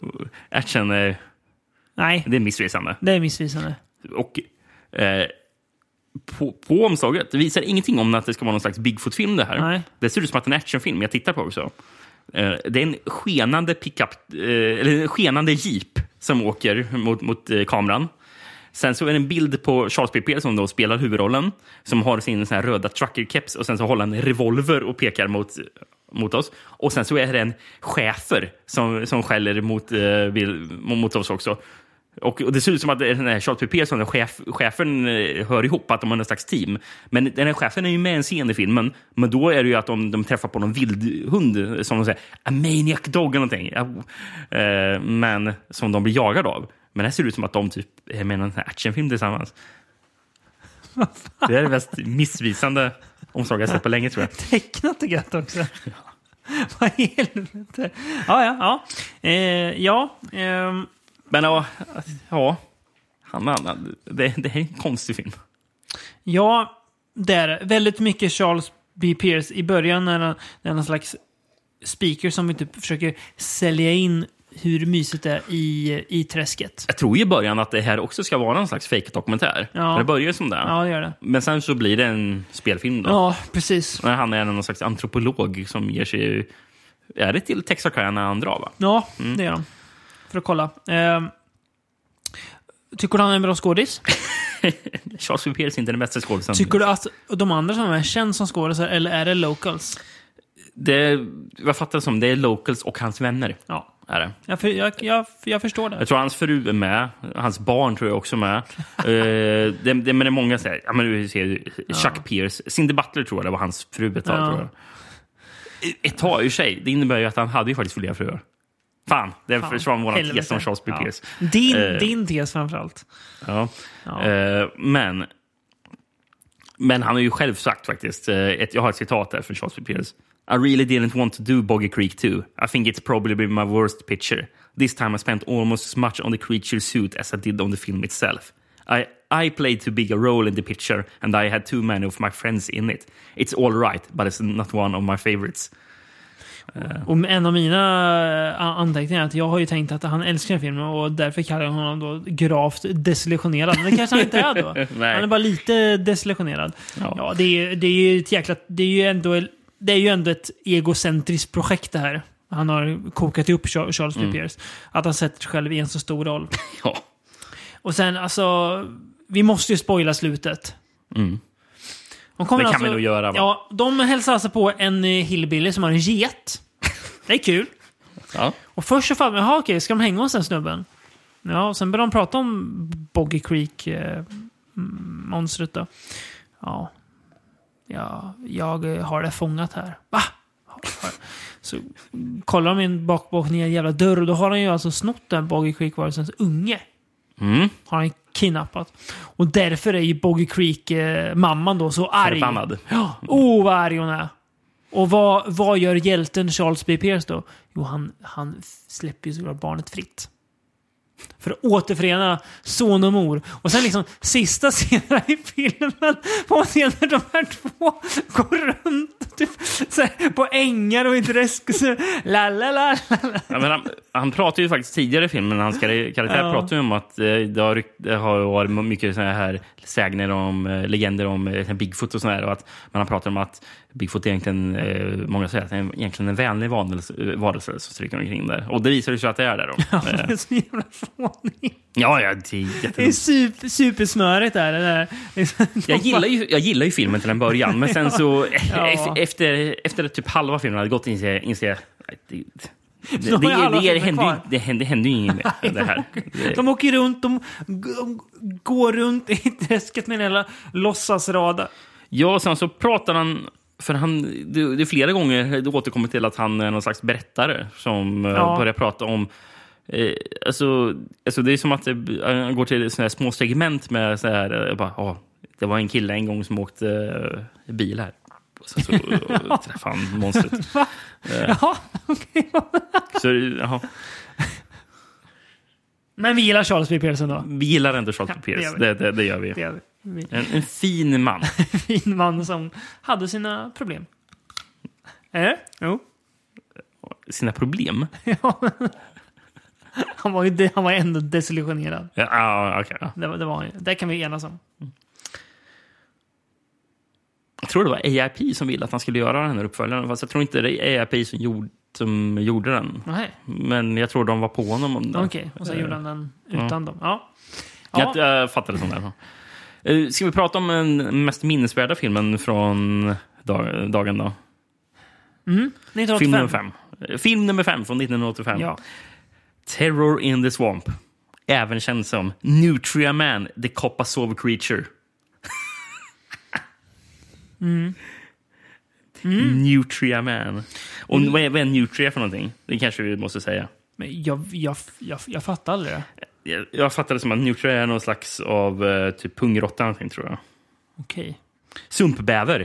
Ja. Action, eh, Nej, det är missvisande. det är missvisande. Och eh, på, på omslaget, det visar ingenting om att det ska vara någon slags Bigfoot-film det här. Nej. Det ser ut som att det är en actionfilm jag tittar på också. Eh, det är en skenande pickup, eh, eller en skenande jeep som åker mot, mot eh, kameran. Sen så är det en bild på Charles P. Pierce som då spelar huvudrollen som har sin sån här röda trucker-keps och sen så håller han en revolver och pekar mot, mot oss. Och sen så är det en chefer som, som skäller mot, eh, bil- mot oss också. Och, och det ser ut som att den här Charles P. Pierce och den här chef, chefen eh, hör ihop, att de har någon slags team. Men den här chefen är ju med i en scen i filmen, men då är det ju att de, de träffar på någon vild hund som de säger, a maniac dog eller någonting. Ja, eh, men som de blir jagade av. Men det ser ut som att de typ är med i någon sån här actionfilm tillsammans. Det är det mest missvisande omslag jag sett på länge tror jag. Tecknat är gött <laughs> också. Vad i helvete? Ja, ja. Ja. Eh, ja ehm, Men ja, ja. Han, han, det, det här är en konstig film. Ja, det är det. Väldigt mycket Charles B. Pierce i början när han när han är någon slags speaker som vi typ försöker sälja in hur mysigt det är i, i träsket. Jag tror i början att det här också ska vara någon slags fake-dokumentär. Ja. För Det börjar ju som det. Ja, det gör det. Men sen så blir det en spelfilm då. Ja, precis. När han är någon slags antropolog som ger sig... Är det till Texarkana han drar? Va? Ja, det gör han. För att kolla. Ehm, tycker du han är en bra skådis? Charles V. Pierce är inte den bästa skådisen. Tycker du att de andra som är känns som skådisar, eller är det locals? Det, vad jag fattar det som, det är Locals och hans vänner. Ja. Är det. Jag, för, jag, jag, jag förstår det. Jag tror hans fru är med. Hans barn tror jag också <laughs> är med. Eh, det, det, men det är många så här, ja, men du ser Chuck Pierce. Cindy Butler tror jag det var hans fru ett tag. Ja. Tror jag. Ett tag i och för sig. Det innebär ju att han hade ju faktiskt flera fruar. Fan, det Fan, försvann vår helvete. tes om Charles B. Pierce. Din, Eh. din tes framförallt. Ja. Ja. Eh, men, men han har ju själv sagt faktiskt, eh, ett, jag har ett citat där från Charles B. Pierce. I really didn't want to do Boggy Creek 2. I think it's probably been my worst picture. This time I spent almost as much on the creature suit as I did on the film itself. I, I played too big a role in the picture and I had too many of my friends in it. It's all right, but it's not one of my favorites. <laughs> Och en av mina eh, anteckningar är att jag har ju tänkt att han älskar den filmen och därför kallar jag honom då gravt desillusionerad. Men det kanske han inte är då. <laughs> Nej. Han är bara lite desillusionerad. Ja, Ja. det, är, ju- det är ju ett jäkla... Det är ju ändå, det är ju ändå ett egocentriskt projekt det här. Han har kokat ihop Char- Charles Mm. B. Pierce. Att han sätter sig själv i en så stor roll. Ja. Och sen alltså, vi måste ju spoila slutet. De kommer Mm. alltså- Det kan vi nog göra, va? Ja, de hälsar alltså på en eh, hillbilly som har en get. Det är kul. Ja. Och först så fattar man, jaha okej, ska de hänga hos den snubben? Ja, och sen börjar de prata om Boggy Creek-monstret då. Ja. ja, jag eh, har det fångat här. Va? Har- Så kollar de in bak, bak ner en jävla dörr och då har han ju alltså snott den Boggy Creek-varelsens unge Mm. har han kidnappat. Och därför är ju Boggy Creek-mamman då så arg. Förbannad. Ja, oh vad arg hon är. Och vad, vad gör hjälten Charles B. Pierce då? Jo, han, han f- släpper ju såklart barnet fritt. För att återförena son och mor. Och sen liksom sista scenen i filmen får man se när de här två går runt typ, så här, på ängar och i träsk. så här, La, la, la, la, la. Ja, men han, han pratar ju faktiskt tidigare i filmen, hans kar- karaktär Ja. pratar ju om att eh, det har, rykt- det har varit mycket såna här sägner om, eh, legender om eh, Bigfoot och sådär. Och att, men han pratar om att Bigfoot egentligen, eh, många säger att han är egentligen en vänlig vanelse- eh, varelse som stryker omkring där. Och det visar ju sig att det <laughs> är det då. Eh, Det är så jävla fånigt. ja, ja, det är Det är jätte... super, supersmörigt där. Det där. Liksom, Jag gillar, ju, jag gillar ju filmen till en början, men <laughs> sen så eh, Ja. efter, efter typ halva filmen hade gått inser jag- inser jag att det, <laughs> det, det, har ju halva det, det, filmen hände ju- kvar. det, hände- det hände ju inget med det <laughs> här. Det- De åker runt, de, g- de går runt i träsket med en jävla låtsasrada. Ja, och sen så pratar han... För han, det, det är flera gånger det återkommer till att han är någon slags berättare som eh, Ja. börjar prata om... Eh, alltså, alltså det är som att det, han går till såna här små segment med så här... eh, Bara, ah, det var en kille en gång som åkte eh, bil här. Och sen <laughs> så eh, träffade han monstret. Eh. Jaha, okej. <laughs> Så, jaha. Men vi gillar Charles B. Pearson då. Vi gillar ändå Charles Ja, det gör Pierce. vi. Det, det, det gör vi. Det är en En, en fin man. fin man som hade sina problem. Eller? Jo. <laughs> Sina problem? Han var ju de- han var ändå desillusionerad. Ja, ah, okej. ja. Det, var- det var han ju. Det kan vi enas om. Jag tror det var AIP som ville att han skulle göra den här uppföljaren. Fast jag tror inte det är AIP som gjorde, som gjorde den. Nej. Men jag tror de var på honom om den. Okej, och så gjorde han den utan dem. Ja. Jag, Ja. jag fattade det som det. var. Eh, Ska vi prata om den mest minnesvärda filmen från dag, dagen? då? Film nummer 1985. fem. Eh, Film nummer fem från 1985. Ja. Terror in the Swamp. Även känd som Nutria Man, the Kopasov creature. Mm. Nutria Man. Och vad, är, vad är Nutria för någonting? Det kanske vi måste säga. Men jag, jag, jag, jag fattar aldrig det. Jag, jag fattar det som att Nutria är någon slags av eh, typ pungråtta eller någonting, tror jag. Okej. Sumpbäver.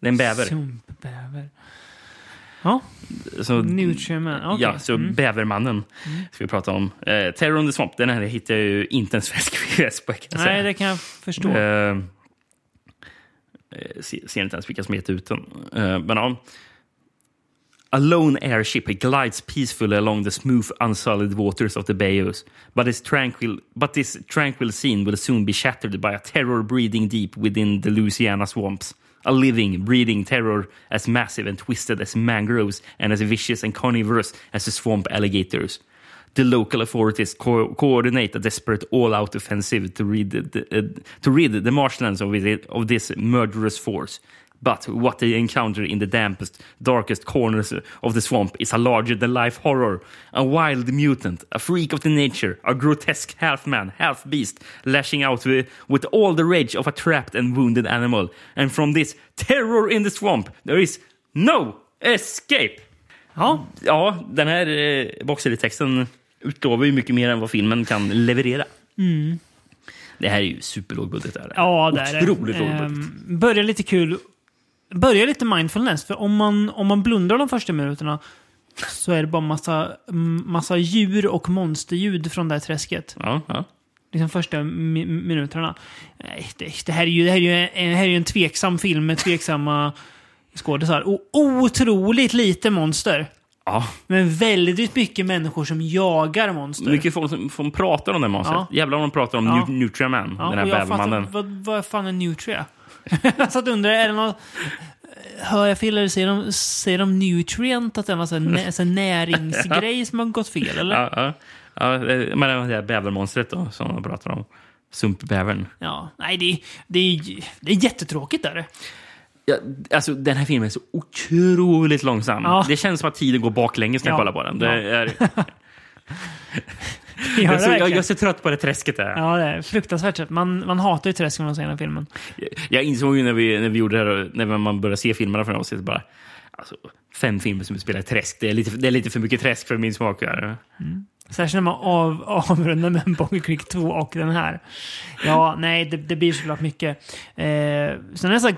Det är en bäver. Sumpbäver. Ja, Så- Nutriman. Okej. Mm. Ja, så Bävermannen ska vi prata om. Eh, Terror on the Swamp, den här hittar jag ju inte en svensk <laughs> VHS på. kan jag säga. Nej, det kan jag förstå. Eh, eh, se- ser inte ens vilka som heter ut den. Eh, men ja. A lone airship glides peacefully along the smooth, unsullied waters of the bayous. But this tranquil, but this tranquil scene will soon be shattered by a terror breeding deep within the Louisiana swamps. A living, breeding terror as massive and twisted as mangroves and as vicious and carnivorous as the swamp alligators. The local authorities co- coordinate a desperate all-out offensive to rid the, uh, to rid the marshlands of, it, of this murderous force. But what they encounter in the dampest, darkest corners of the swamp is a larger than life horror. A wild mutant, a freak of the nature, a grotesque half man, half beast, lashing out with, with all the rage of a trapped and wounded animal. And from this terror in the swamp, there is no escape! Ja, Ja, den här eh, boxserie-texten utlovar ju mycket mer än vad filmen kan leverera. Det här är ju superlåg budget. Där. Mm. ja det är det. Otroligt låg budget. Ehm, Börjar lite kul. Börjar lite mindfulness. För om man, om man blundar de första minuterna så är det bara massa, massa djur och monsterljud från det här träsket. Ja, ja. liksom första mi minuterna. Nej, det, det, här är ju, det, här är ju, en- det här är ju en tveksam film med tveksamma skådisar. Och otroligt lite monster. ja. Men väldigt mycket människor som jagar monster. Mycket folk som, som pratar om den monstret. Ja. Jävlar vad de pratar om Ja. ja. Nutria Man, Ja, Mm, den här och jag bävermannen. fattar- Vad, vad fan är <laughs> Nutria? jag satt och undrade, är det någon... Hör jag fel eller säger de, säger de nutrient? Att det är någon sån här nä, sån här näringsgrej som har gått fel? Eller? <laughs> Ja, ja. Ja, eh, men det här bävermonstret då, som de pratar om. Sumpbävern. Ja. Nej, det, det, är, det är jättetråkigt. Där. Ja, alltså, den här filmen är så otroligt långsam. Ja. Det känns som att tiden går baklänges när jag Ja. kollar på den. Det <laughs> Ja. är, Gör det jag, är så, jag, verkligen? jag är så trött på det träsket där. Ja, det är fruktansvärt. trött. Man, man hatar ju träsken man ser i den här filmen. Jag insåg ju när vi, när vi gjorde det här, när man började se filmerna från avsnittet bara, alltså, fem filmer som spelar träsk, det är lite, det är lite för mycket träsk för min smak. Här. Särskilt när man av, avrundar med en Bongo Creek 2 och den här. Ja, nej, det, det blir såklart mycket. Eh, sen är det en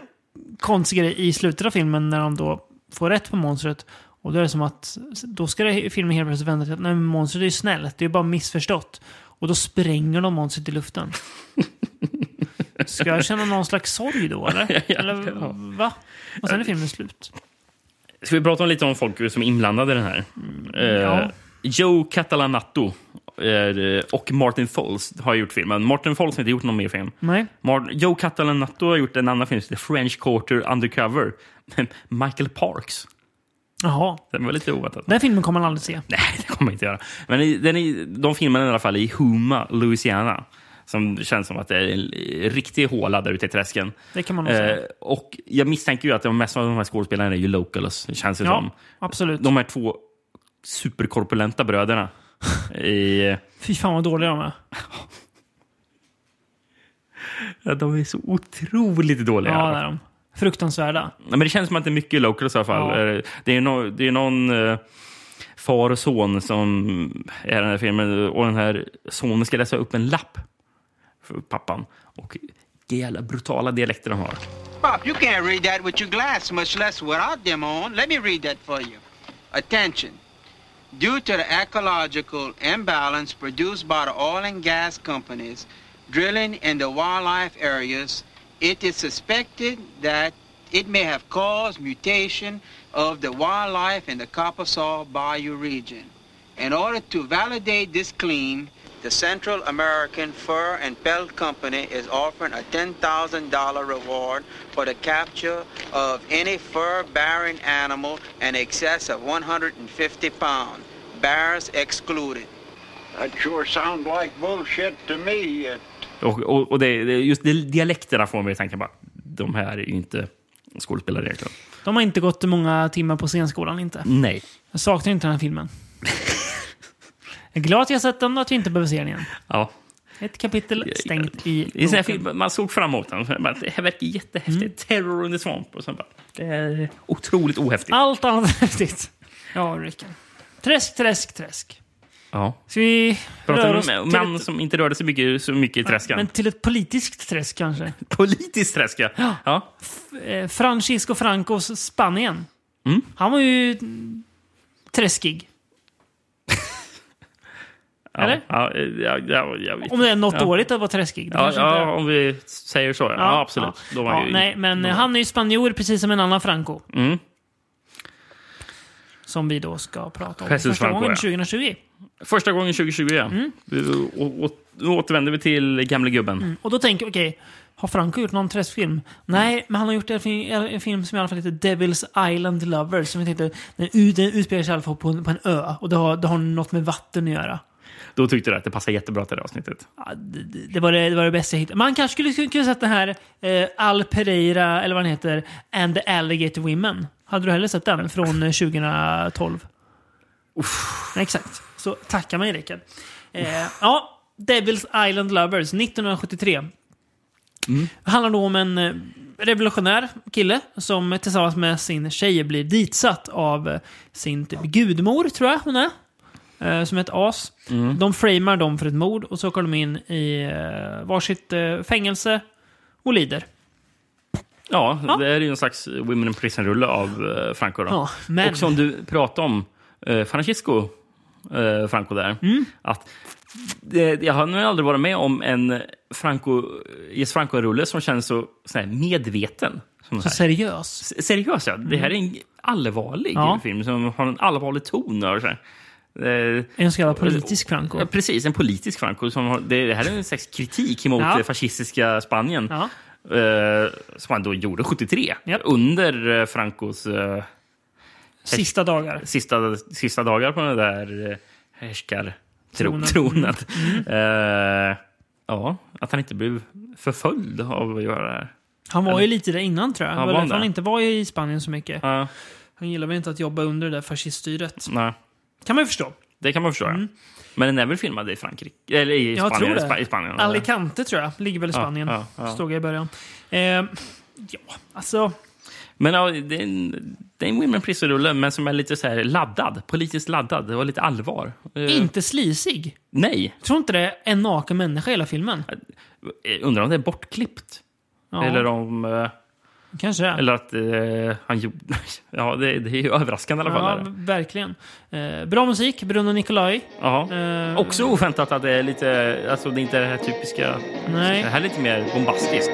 konstig grej i slutet av filmen när de då får rätt på monstret. Och då är det som att då ska det, filmen helt plötsligt vända till att nej, men monstret är ju snällt, det är ju bara missförstått. Och då spränger de monstret i luften. Ska jag känna någon slags sorg då eller? eller va? Och sen är filmen slut. Ska vi prata om lite om folk som är inblandade i den här? ja. Eh, Joe Catalanato eh, och Martin Fols har gjort filmen. Martin Fols har inte gjort någon mer film. Nej. Mar- Joe Catalanato har gjort en annan film, The French Quarter Undercover. Men Michael Parks. Jaha. Den var lite oväntat. Den här filmen kommer man aldrig se. Nej, <laughs> det kommer jag inte göra. Men i- den är, de filmarna i alla fall i Huma, Louisiana. Som känns som att det är en eh, riktig håla där ute i träsken. Det kan man nog Eh, säga. och jag misstänker ju att de mesta av de här skådespelarna är ju locals, känns det Ja, som. absolut. De här två superkorpulenta <laughs> bröderna. I, Fy fan vad dåliga de är. ja, de är så otroligt dåliga. Ja, det är de. Fruktansvärda. Nej, Men det känns som att det är mycket locals i alla fall. Ja. Eh, Det är, no, det är någon eh, far och son som är i den här filmen och den här sonen ska läsa upp en lapp för pappan. Och det jävla brutala dialekter de har. Pop, you can't read that with your glass, much less without them on. Let me read that for you. Attention. Due to the ecological imbalance produced by the oil and gas companies drilling in the wildlife areas, it is suspected that it may have caused mutation of the wildlife in the Kaposaw Bayou region. In order to validate this claim, the Central American Fur and Pelt Company is offering a $10,000 reward for the capture of any fur-bearing animal in excess of 150 pounds, bears excluded. That sure sounds like bullshit to me. It Och, och, och det, det, just det, dialekterna får mig att tänka bara, de här är ju inte skådespelare egentligen. De har inte gått många timmar på scenskolan inte. Nej. Jag saknar inte den här <laughs> filmen. jag är glad att jag har sett den och att vi inte behöver se den igen. Ja. Ett kapitel stängt i I sån här boken. film, man såg fram emot den. så jag Bara, det här verkar jättehäftigt. Mm. Terror under svamp. Och sen bara, det är otroligt ohäftigt. Allt annat är häftigt. Ja, Rickard. Träsk, träsk, träsk. Ja. Ska vi röra oss Pratar om till män ett, som inte rörde sig mycket, så mycket i träskan. men till ett politiskt träsk kanske? Politiskt träska. Ja. Eh, Francisco Francos Spanien. Han var ju mm, träskig. Eller? Ja, ja, ja, ja, jag vet. Om det är något Ja. dåligt att vara träskig. Det Ja, kanske inte är. ja, om vi säger så. Ja, ja absolut. ja. De var Ja, ju, nej, men eh, han är ju spanjor precis som en annan Franco. Mm. Som vi då ska prata om Precis, första Franco, gången ja. 2020. Första gången 2020, ja. Mm. Vi- och- och- Nu återvänder vi till gamle gubben. Och då tänker jag, okej, har Franco gjort någon träskfilm? Nej, men han har gjort en, fi- en film som i alla fall heter Devil's Island Lovers. Som jag tänkte, den, ut- den utspelar sig i alla fall på en, på en ö. Och det har, det har något med vatten att göra. Då tyckte du att det passade jättebra till det här avsnittet. Ja, det, det- det, var det, det var det bästa jag hittade. Man kanske skulle kunna sätta den här eh, Al Pereira, eller vad den heter, and the Alligator Women. Hade du hellre sett den från eh, 2012? Nej, exakt. Så tacka mig, Rickard. Eh, ja, Devil's Island Lovers, 1973. Det handlar då om en eh, revolutionär kille som tillsammans med sin tjej blir ditsatt av eh, sin typ gudmor, tror jag hon är. eh, Som är ett as. Mm. De framar dem för ett mord och så åker de in i eh, varsitt eh, fängelse och lider. Ja, det är ju en slags Women in Prison-rulle av eh, Franco. Då. Ja, men- Och som du pratade om, eh, Francisco eh, Franco där. Mm. Att det, jag har nog aldrig varit med om en Franco, Jes Franco-rulle som känns så, så här, medveten. Som Så så här. seriös. S- Seriös, ja. Det här är en allvarlig Ja. film som har en allvarlig ton. över sig. Eh, En så kallad politisk Franco. Ja, precis, en politisk Franco. Som har, det, det här är en slags kritik mot Ja. det fascistiska Spanien. Ja. Eh, som han då gjorde 73, Japp. under eh, Francos eh, Sista dagar. sista, sista dagar på den där eh, härskartronen. <laughs> Tronen. Mm. Eh, ja, att han inte blev förföljd av att göra det här. Han var ju lite där innan tror jag. Ja, Det var var han därför han det? inte var i Spanien så mycket. Ja, Han gillar väl inte att jobba under det där fasciststyret. nej, Kan man ju förstå. det kan man förstå. ja. Men den är väl filmad i Frankrike? Eller i Mm. Jag Spanien? tror eller det. Spa- I Spanien eller? Alicante tror jag. Ligger väl i Ja, Spanien. ja, ja. Stod jag i början. Eh, ja, alltså. Men ja, det är en, det är en Women Prison-rulle, men som är lite så här laddad. Politiskt laddad. Det var lite allvar. Eh, Inte slisig. Nej. Tror inte det är en naken människa i hela filmen. Eh, Undrar om det är bortklippt. Ja, Eller om... eh, kanske det. är. Eller att eh, han gjorde... <laughs> Ja, det, det är ju överraskande i alla fall. ja, är det. verkligen. Eh, bra musik. Bruno Nicolai. Jaha. Eh, Också oväntat att det är lite... Alltså, det är inte det här typiska... Nej. Det här är lite mer bombastiskt.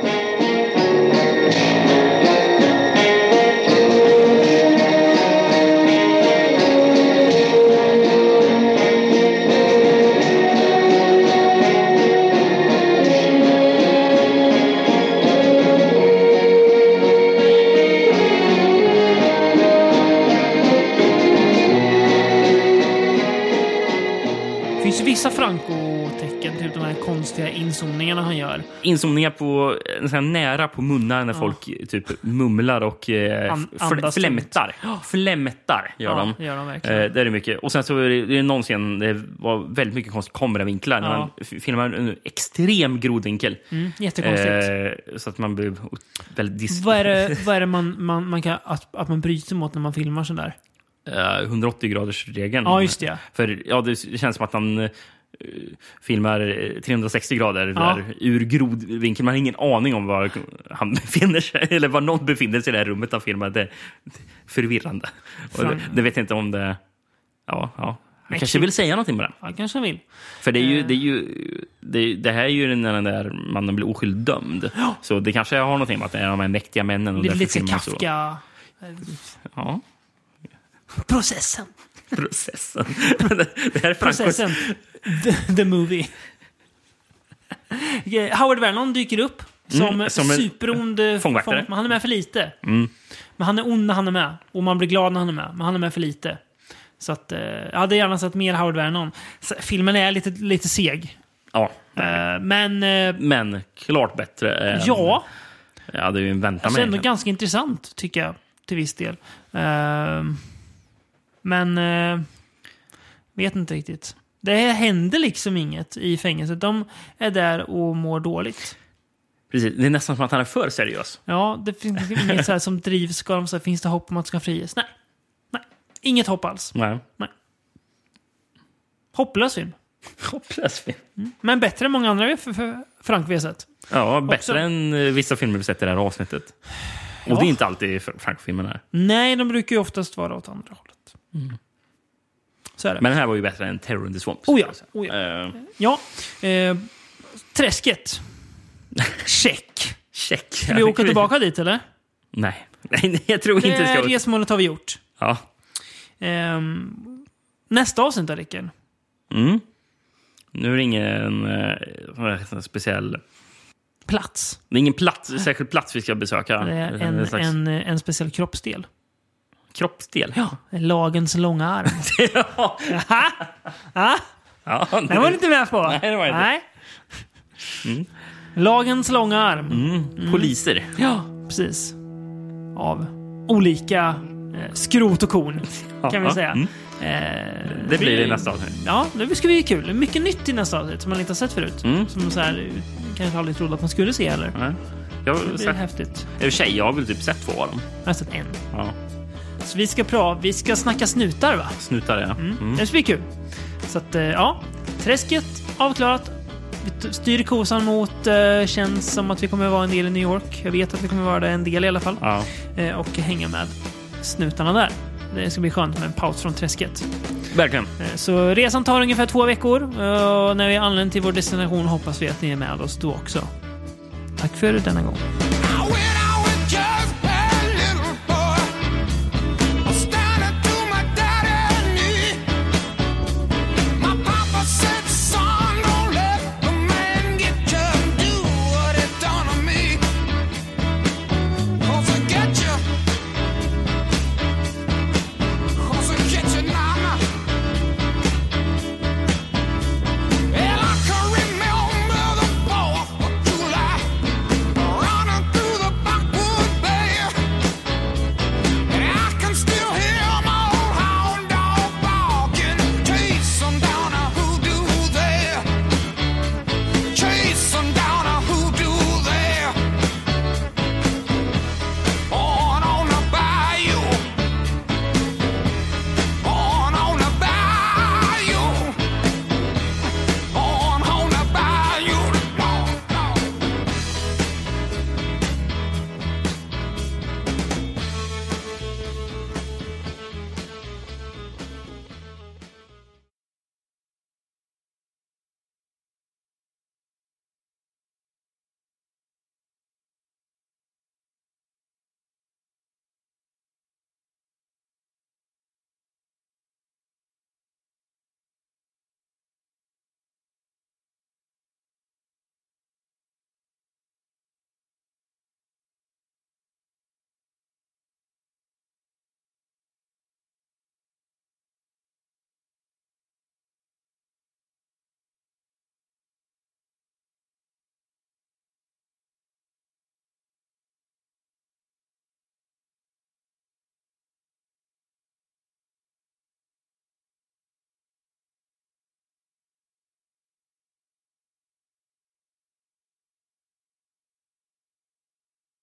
Det finns ju vissa Franco-tecken. Typ de här konstiga inzoomningarna han gör. Inzoomningar på... eh, Så här, nära på munnar när folk typ mumlar och eh, An- fl- andas flämtar. Flämtar gör Ja, de. det gör de verkligen. Eh, det är det mycket. Och sen så är det, det är någon scen det var väldigt mycket konstiga kameravinklar. När Ja. man f- filmar en extrem grodvinkel. Mm, jättekonstigt. Eh, så att man blir o- väldigt dis- Vad är det, vad är det man, man, man kan, att, att man bryter mot när man filmar sådär? Eh, 180 graders regeln. Ja, just det. För ja, det känns som att han eh, filmar eh, 360 grader Ja. där, ur grodvinkel. Man har ingen aning om var han <laughs> befinner sig eller var någon befinner sig i det här rummet han filmar. Det är förvirrande. Och det, det vet jag inte om det... Ja, ja. Han kanske kul. Eh. vill säga någonting med det. Ja, kanske han vill. För det, är ju, det, är ju, det, är- det här är ju när den där mannen blir oskyldigt dömd. Så det kanske har någonting med att det är de här mäktiga männen. Och Det är därför lite filmar man så. Kafka... Ja, Processen. processen. <laughs> det här är Francos Processen. The, the movie. Okej, Howard Vernon dyker upp som, Mm, som en superond eh, fångvaktare. Mm. fång- men han är med för lite. Men han är ond när han är med. Och man blir glad när han är med. Men han är med för lite. Så att, eh, jag hade gärna sett mer Howard Vernon. Så, filmen är lite, lite seg. Ja, Eh, men, eh, men klart bättre. än- ja. Jag hade ju väntat Alltså mig ändå det. ganska intressant, tycker jag. Till viss del. Ehm, men... eh, vet inte riktigt. Det händer liksom inget i fängelset. De är där och mår dåligt. Precis. Det är nästan som att han är för seriös. Ja, det finns liksom inget så här som drivs. Ska de så här, finns det hopp om att de ska friges? Nej. Nej. Inget hopp alls. Nej. Hopplös film. <laughs> Hopplös film. Men bättre än många andra för, för Frank vi har sett. Ja, bättre Också. än eh, vissa filmer vi sett i det här avsnittet. Och Ja. det är inte alltid fr- Franco-filmerna. är. Nej, de brukar ju oftast vara åt andra hållet. Så är det. Men den här var ju bättre än Terror in the Swamp. Oh ja, oh ja. Eh, Ja. Eh, träsket. Check. check. Ska vi åka tillbaka Eh, dit eller? <laughs> Nej. Nej, nej, jag tror inte det Det ska åka. resmålet har vi gjort. Ja. Ehm, nästa avsnitt då, Rickard. Mm. Nu är det ingen eh, sån här speciell... Plats. Det är ingen plats, särskild plats vi ska besöka. Det är Det är en, slags en, en speciell kroppsdel. <laughs> kroppsdel. <laughs> Lagens långa arm. Ja. Aha. Ah? Ja, Den var du inte med på. Nej, det var jag inte. Mm. Nej. Lagens långa arm. Poliser. Ja, precis. Av olika eh, skrot och korn, kan vi Ja, säga. mm. Eh, Det blir vi- det nästa avsnitt. Ja, det ska bli kul. Mycket nytt i nästa avsnitt som man inte har sett förut. Mm. Som så här, kanske aldrig trodde att man skulle se heller. Nej. Jag har Det väl blir sett, häftigt. I och för sig, jag har väl typ sett två av dem. Jag har sett en. Ja. Så vi ska, pra- vi ska snacka snutar, va? Snutar, ja. Mm. Det ska bli kul. Så att, eh, ja. Träsket avklarat. Vi t- styr kosan mot... Eh, känns som att vi kommer vara en del i New York. Jag vet att vi kommer vara det en del i alla fall. Ja. Eh, och hänga med snutarna där. Det ska bli skönt med en paus från träsket. Verkligen. Eh, Så resan tar ungefär två veckor. eh, Och när vi anländer till vår destination hoppas vi att ni är med oss då också. Tack för denna gång.